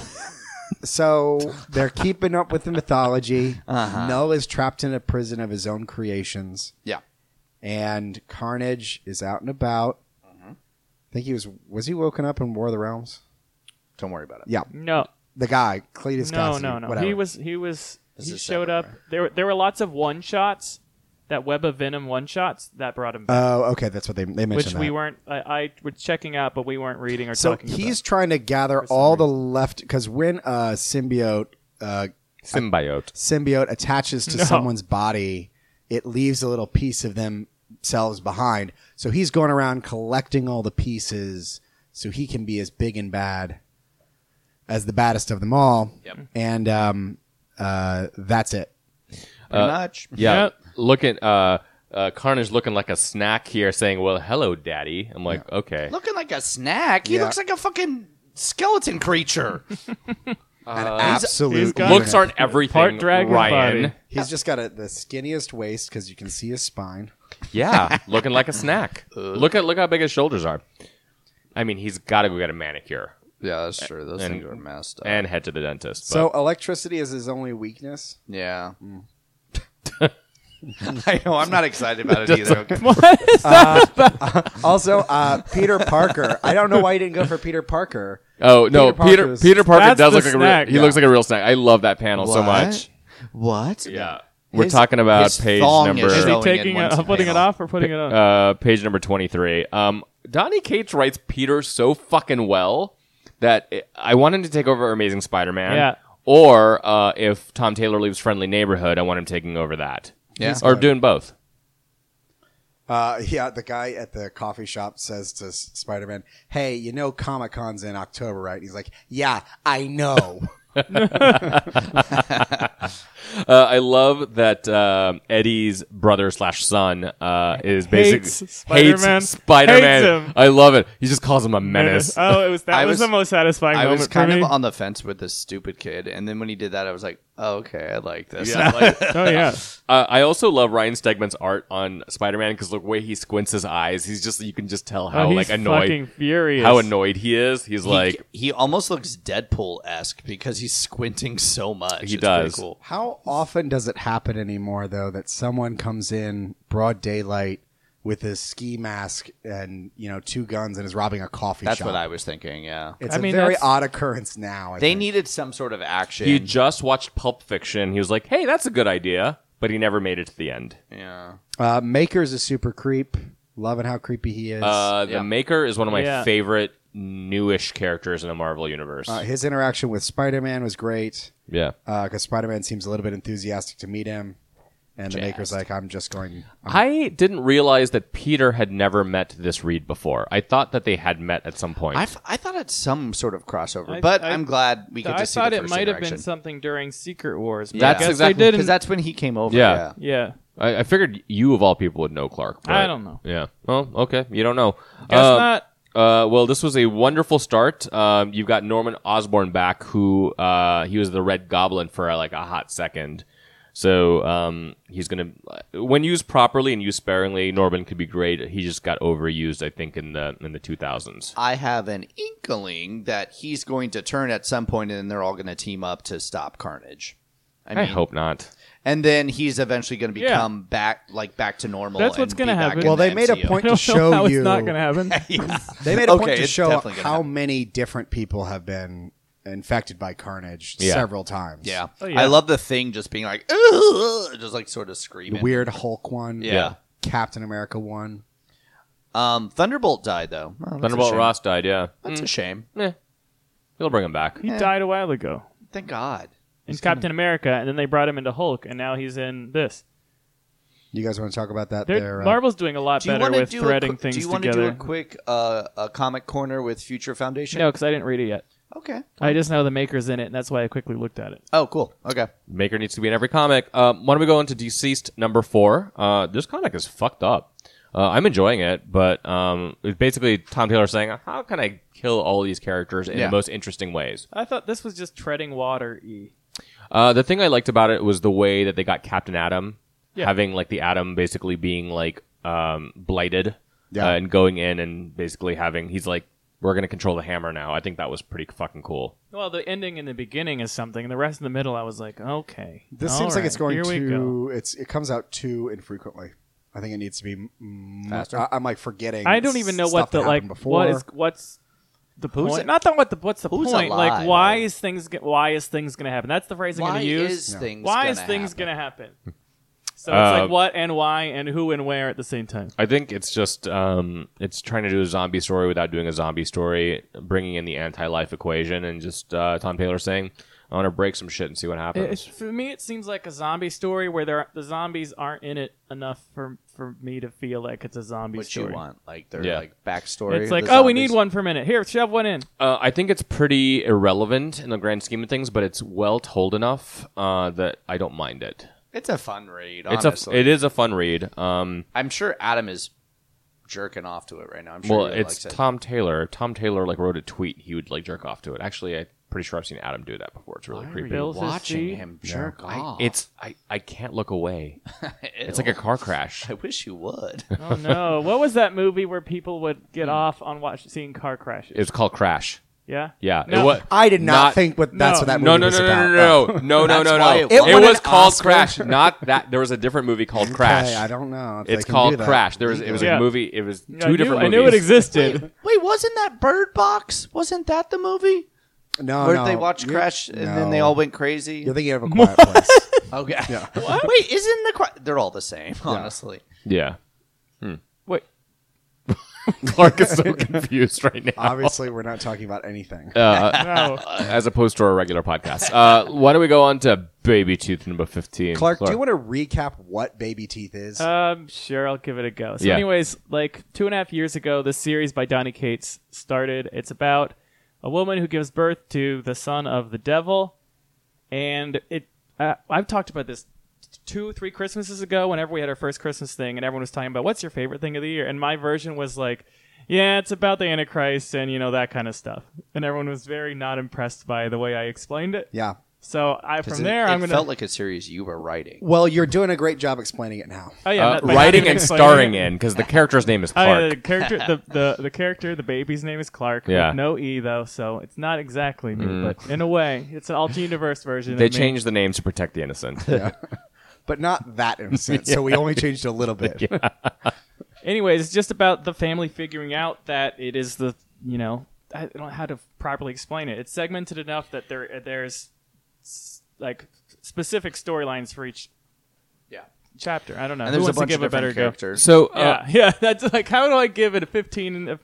so they're keeping up with the mythology.
Uh-huh.
Null is trapped in a prison of his own creations,
yeah
and Carnage is out and about.
Mm-hmm.
I think he was was he woken up in War of the Realms?
don't worry about it
Yeah,
No,
the guy Cletus.
no,
Cassidy,
no, no.
Whatever.
He was he was
This
he
is
showed
separate,
up. There were- there were lots of one shots that Web of Venom one shots that brought him back,
Oh, okay, that's what they they mentioned.
which we
that.
weren't. I, I was checking out, but we weren't reading or
So
talking.
he's trying to gather
some
all the left because when a symbiote uh,
Symbiote.
symbiote attaches to
No.
someone's body, it leaves a little piece of themselves behind. So he's going around collecting all the pieces so he can be as big and bad as the baddest of them all.
Yep.
And um, uh, that's it.
Pretty
Uh,
much.
Yeah.
Yep.
Looking uh uh Carnage looking like a snack here saying, "Well, hello, daddy." I'm like, "Okay."
Looking like a snack. He
Yeah.
looks like a fucking skeleton creature.
An absolute
Uh, he's got-
Looks
unit.
aren't everything,
Part dragon
Ryan.
body.
He's just got a, the skinniest waist because you can see his spine.
Yeah, looking like a snack. look at look how big his shoulders are. I mean, he's got to go get a manicure
yeah, that's true. Those
And-
things are messed up.
and head to the dentist. But
So electricity is his only weakness.
yeah.
Mm.
I know. I'm not excited about it either. Okay.
Also, uh, Peter Parker. I don't know why you didn't go for Peter Parker.
oh
Peter
no,
Parker
Peter Peter,
is-
Parker
That's
does
the
look like a real,
snack,
he looks like a real snack. I love that panel so
What?
much.
What?
Yeah, we're
His-
talking about
his
page
thong is
number
is
showing
he
in
taking
one
it,
panel.
putting it off or putting it on?
uh, page number 23. Um, Donnie Cates writes Peter so fucking well that i I want him to take over Amazing Spider Man.
Yeah.
Or uh, if Tom Taylor leaves Friendly Neighborhood, I want him taking over that.
Yeah.
Or doing both.
Uh, yeah, the guy at the coffee shop says to S- Spider-Man, "Hey, you know Comic Con's in October, right?" He's like, "Yeah, I know."
Uh, I love that um Eddie's brother slash son uh, is basically
Spider-Man. Hates him.
I love it. He just calls him a menace.
Oh, it was that
I
was,
was-
the most satisfying
I
moment
was kind
for me.
of on the fence with this stupid kid, and then when he did that, I was like, oh, "Okay, I like this."
Yeah, like,
oh yeah,
Uh, I also love Ryan Stegman's art on Spider-Man because the way he squints his eyes, he's just you can just tell how
oh, he's
like annoyed,
fucking furious.
how annoyed he is. He's
He-
like,
he, almost looks Deadpool esque because he's squinting so much.
He
It's pretty
does.
Cool.
How often does it happen anymore, though, that someone comes in broad daylight with his ski mask and you know two guns and is robbing a coffee
That's
shop?
what I was thinking. Yeah,
It's
I
a
mean,
very
that's-
odd occurrence now. I
they
think.
needed some sort of action.
he just watched Pulp Fiction. He was like, hey, that's a good idea, but he never made it to the end.
yeah,
uh, Maker's a super creep. Loving how creepy he is.
Uh, the
Yeah.
Maker is one of my
Yeah.
favorite newish characters in the Marvel universe.
Uh, his interaction with Spider-Man was great.
yeah.
because Spider Man seems a little bit enthusiastic to meet him, and the maker's like, "I'm just going." I'm-
I didn't realize that Peter had never met this Reed before. I thought that they had met at some point.
I, f- I thought it's some sort of crossover,
I-
but
I-
I, am glad we get
I
to see.
thought
the
it
first
might have been
interaction.
something during Secret Wars. But
Yeah.
I guess
exactly-
they didn't.
because that's when he came over.
Yeah.
Yeah,
yeah,
I, I figured you of all people would know Clark. but-
I don't know.
Yeah. Well, okay. You don't know.
guess
Um,
not.
Uh, well, this was a wonderful start. Um, you've got Norman Osborn back, who uh, he was the Red Goblin for uh, like a hot second. So um, he's gonna, when used properly and used sparingly, Norman could be great. He just got overused, I think, in the in the two thousands.
I have an inkling that he's going to turn at some point, and then they're all going to team up to stop Carnage. I,
I
mean,
hope not.
and then he's eventually going to
Yeah.
become back, like back to normal.
That's what's
going
gonna
to
happen.
well, they made a
I
point
don't
to
know
show
how
you.
it's not going to happen.
They made a
Okay,
point to
it's
show
definitely gonna
how
happen.
many different people have been infected by Carnage
Yeah.
several times.
Yeah.
Oh, yeah.
I love the thing just being like, "Ugh," just like sort of
the
screaming.
weird Hulk one.
Yeah.
Captain America one.
Um, Thunderbolt died though. Oh, that's a
Thunderbolt
shame.
Ross died. Yeah.
Mm.
That's a shame.
Eh, he'll bring him back.
He
Yeah.
died a while ago
Thank God.
in Captain America, and then they brought him into Hulk, and now he's in this.
You guys want to talk about that?
They're,
There, uh,
Marvel's doing a lot
Do you
better
want to
with
do
threading
a, quick-
things
Do you want to do
together.
a quick uh, a comic corner with Future Foundation?
no, because I didn't read it yet.
Okay.
I just know the maker's in it, and that's why I quickly looked at it.
Oh, cool. Okay.
Maker needs to be in every comic. Um, why don't we go into Deceased number four? Uh, this comic is fucked up. Uh, I'm enjoying it, but um, it's basically Tom Taylor saying, "How can I kill all these characters in
Yeah.
the most interesting ways?"
I thought this was just treading water. E.
Uh, the thing I liked about it was the way that they got Captain Atom,
Yeah.
having like the Atom basically being like um, blighted,
Yeah.
uh, and going in and basically having he's like, "We're gonna control the hammer now." I think that was pretty fucking cool.
Well, the ending in the beginning is something, and the rest in the middle, I was like, okay.
this
all
seems like it's going
right, here we
too.
go.
It's it comes out too infrequently. I think it needs to be mm,
Faster?
I, am like forgetting.
I don't even know
stuff
what the
that
like
happened before.
what is what's the
Who's
point.
it-
Not that what the what's the
who's
point. Like
alive?
why is things go- why is things gonna happen? That's the phrase I'm
Why
gonna use.
is things?
why
gonna
is things
happen?
gonna happen? So it's
Uh,
like what and why and who and where at the same time.
I think it's just um, it's trying to do a zombie story without doing a zombie story, bringing in the anti-life equation, and just uh, Tom Taylor saying, "I want to break some shit and see what happens."
It's, for me, it seems like a zombie story where there the zombies aren't in it enough for for me to feel like it's a zombie
what
story.
you want, like their
Yeah.
like backstory.
It's
of
like,
the
oh, we need
zombies.
one per minute. Here, shove one in.
Uh, I think it's pretty irrelevant in the grand scheme of things, but it's well told enough uh, that I don't mind it.
It's a fun read.
It's
Honestly.
a it is a fun read. Um,
I'm sure Adam is jerking off to it right now. I'm sure
well,
he
it's
likes it.
Tom Taylor. Tom Taylor like wrote a tweet. He would like jerk off to it. Actually, I'm pretty sure I've seen Adam do that before. It's really
Why are
creepy.
you- Bill's his
watching
seat.
him jerk off.
It's I, I can't look away. It's like
Ew.
a car crash.
I wish you would.
Oh no! what was that movie where people would get off on watch seeing car crashes?
Hmm. It's called Crash.
Yeah.
Yeah.
No.
It was,
I did not,
Not-
think what that's
No.
what that
no,
movie
no,
was
no,
about. Oh.
no, no, no, no, no, no,
That's
no.
why
It,
it won
was
an
called
Oscar.
Crash. Not that. There was a different movie called Crash.
Okay, I don't know. if they
It's
can do
called
that.
Crash. There was it was
Yeah.
a movie. It was two
I knew,
different.
I
movies.
knew it existed.
Wait, wasn't that Bird Box? Wasn't that the movie
No,
where
Oh, no.
they watched
You're-
Crash and
no.
then they all went crazy?
You're thinking of a quiet place.
okay. Wait, isn't the Cra- they're all the same? Honestly,
Yeah.
Wait,
Clark is so confused right now.
Obviously, we're not talking about anything.
no.
as opposed to our regular podcast. Uh, why don't we go on to Baby Tooth number 15?
Clark, do you want to recap what baby teeth is?
Um, sure, I'll give it a go. So,
Yeah.
anyways, like two and a half years ago, this series by Donny Cates started. It's about a woman who gives birth to the son of the devil, and it. Uh, I've talked about this two, three Christmases ago. Whenever we had our first Christmas thing, and everyone was talking about what's your favorite thing of the year, and my version was like, yeah, it's about the Antichrist and you know that kind of stuff, and everyone was very not impressed by the way I explained it.
yeah.
So I
'Cause
from
it-
there
it
I'm gonna
felt like a series you were writing.
Well, you're doing a great job explaining it now.
oh, yeah, not- by not
Uh, writing
even
and
explaining
starring
it.
in because the character's name is
Oh, yeah, the
Clark.
character, the, the the character, the baby's name is Clark. with
Yeah. Mm.
no e though, so it's not exactly me, but in a way, it's an alternate universe version.
They
of me.
changed the name to protect the innocent.
But not that innocent. So we only changed a little bit.
Anyways, it's just about the family figuring out that it is the you know I don't know how to properly explain it. It's segmented enough that there there's s- like specific storylines for each
Yeah,
chapter. I don't know.
and
Who
there's a
wants
bunch
to give
of
a better
different characters. Oh.
So,
go? Yeah,
uh,
yeah. That's like how do I give it a fifteen? And a,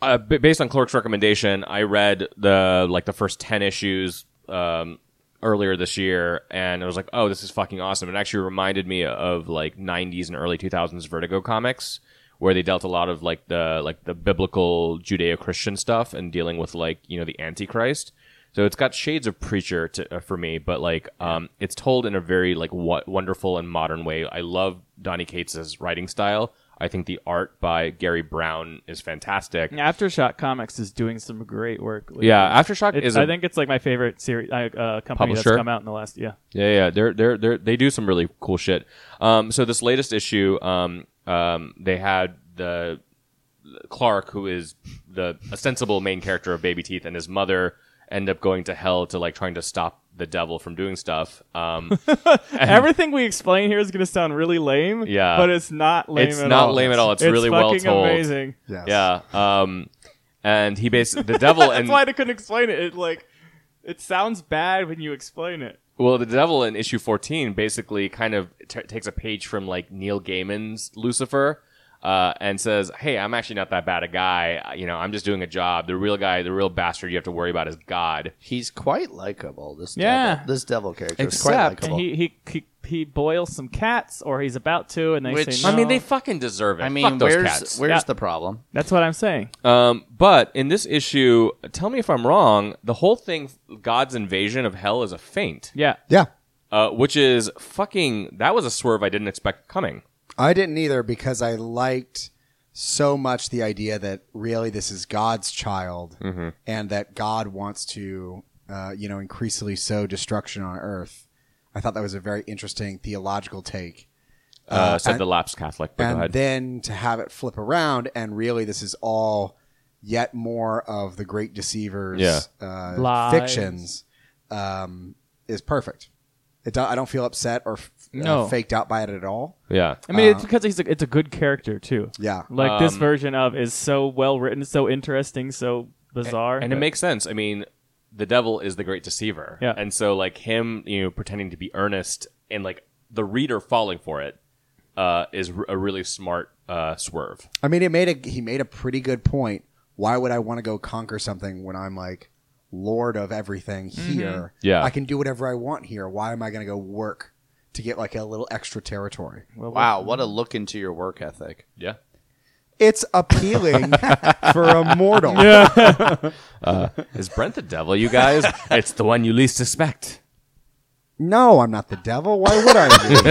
uh, b- based on Clark's recommendation, I read the like the first ten issues um, earlier this year, and I was like, "Oh, this is fucking awesome!" It actually reminded me of like '90s and early 2000s Vertigo comics, where they dealt a lot of like the like the biblical Judeo-Christian stuff and dealing with like you know the Antichrist. So it's got shades of preacher to, uh, for me, but like um, it's told in a very like wo- wonderful and modern way. I love Donny Cates' writing style. I think the art by Gary Brown is fantastic.
Aftershock Comics is doing some great work. lately.
Yeah, Aftershock
It-
is.
I
a-
think it's like my favorite series uh, uh, company
Publisher?
that's come out in the last yeah.
Yeah, yeah, they're they're they are they do some really cool shit. Um, so this latest issue, um, um, they had the Clark, who is the ostensible main character of Baby Teeth, and his mother end up going to hell to like trying to stop the devil from doing stuff. Um,
Everything we explain here is going to sound really lame.
Yeah.
but it's not lame.
It's
at
not
all.
lame at all. It's really well
fucking
told.
Amazing.
Yes.
yeah. Um, and he basically the devil
That's
and
why I couldn't explain it. It like it sounds bad when you explain it.
Well, the devil in issue 14 basically kind of t- takes a page from like Neil Gaiman's Lucifer uh, and says, Hey, I'm actually not that bad a guy. Uh, You know, I'm just doing a job. The real guy, the real bastard you have to worry about is God.
He's quite likable. This
Yeah.
devil, this devil character is quite
Except
likable.
he, he he he boils some cats, or he's about to, and they
Which-
say no.
I mean, they fucking deserve it.
I mean,
Fuck those
where's
cats.
where's
Yeah.
the problem?
That's what I'm saying.
Um, but in this issue, tell me if I'm wrong, the whole thing, God's invasion of hell is a feint,
Yeah,
Yeah.
uh, which is fucking, that was a swerve I didn't expect coming.
I didn't either because I liked so much the idea that really this is God's child and that God wants to, uh, you know, increasingly sow destruction on earth. I thought that was a very interesting theological take.
Uh, said
and-
the lapsed Catholic. But go
and
ahead.
then to have it flip around and really this is all yet more of the great deceivers
Yeah.
uh,
Lies.
fictions um, is perfect it do- i don't feel upset or f-
No.
uh, faked out by it at all
yeah.
I mean it's because he's a, it's a good character too.
yeah
Like this
uh. Um,
version of is so well written, so interesting, so bizarre,
and it makes sense. I mean, the devil is the great deceiver,
Yeah.
and so like him, you know, pretending to be earnest and like the reader falling for it uh, is r- a really smart uh, swerve.
I mean, it made a he made a pretty good point. Why would I want to go conquer something when I'm like lord of everything
Mm-hmm.
here?
Yeah.
I can do whatever I want here. Why am I going to go work to get like a little extra territory?
Well,
Wow, what a look into your work ethic.
Yeah.
It's appealing for a mortal.
Is Brent the devil, you guys? it's the one you least suspect.
No, I'm not the devil. Why would I? Be?
Is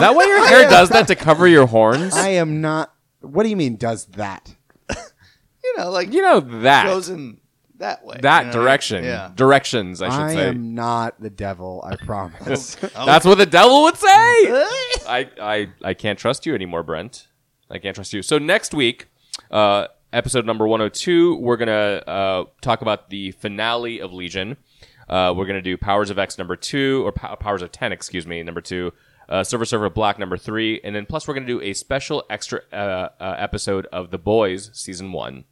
that why your hair does that to cover your horns?
I am not. What do you mean? Does that?
You know, like
You know that
goes in that way.
that
you know?
direction,
Yeah.
directions, I should
I
say.
am not the devil. I promise.
Oh.
That's what the devil would say. I, I, I can't trust you anymore, Brent. I can't trust you. So next week, uh, episode number 102, we're going to uh, talk about the finale of Legion. Uh, we're going to do Powers of X number two, or Pow- Powers of 10, excuse me, number two. Uh, Server Server Black number three. And then plus, we're going to do a special extra uh, uh, episode of The Boys season one.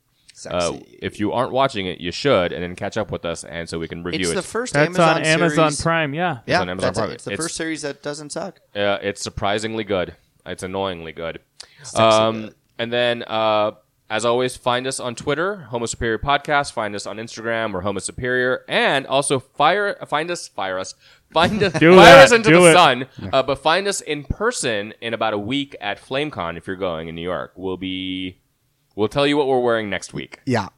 Uh,
Sexy.
if you aren't watching it, you should, and then catch up with us, and so we can review
it's
it.
the first
that's
Amazon
on Amazon
series.
Prime. Yeah.
Yeah,
on Amazon
that's it.
Prime.
It's the
It's-
first series that doesn't suck.
Uh, it's surprisingly good. It's annoyingly good.
sexy
Um,
good.
And then, uh, as always, find us on Twitter, Homo Superior Podcast. Find us on Instagram, or Homo Superior, and also fire find us, fire us, find us,
Do
fire
it,
us into
do
the
it.
sun. Uh, but find us in person in about a week at FlameCon if you're going in New York. We'll be. We'll tell you what we're wearing next week,
yeah.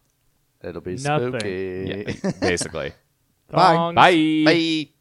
It'll be
Nothing.
spooky.
basically.
Bye.
Thongs.
Bye.
Bye.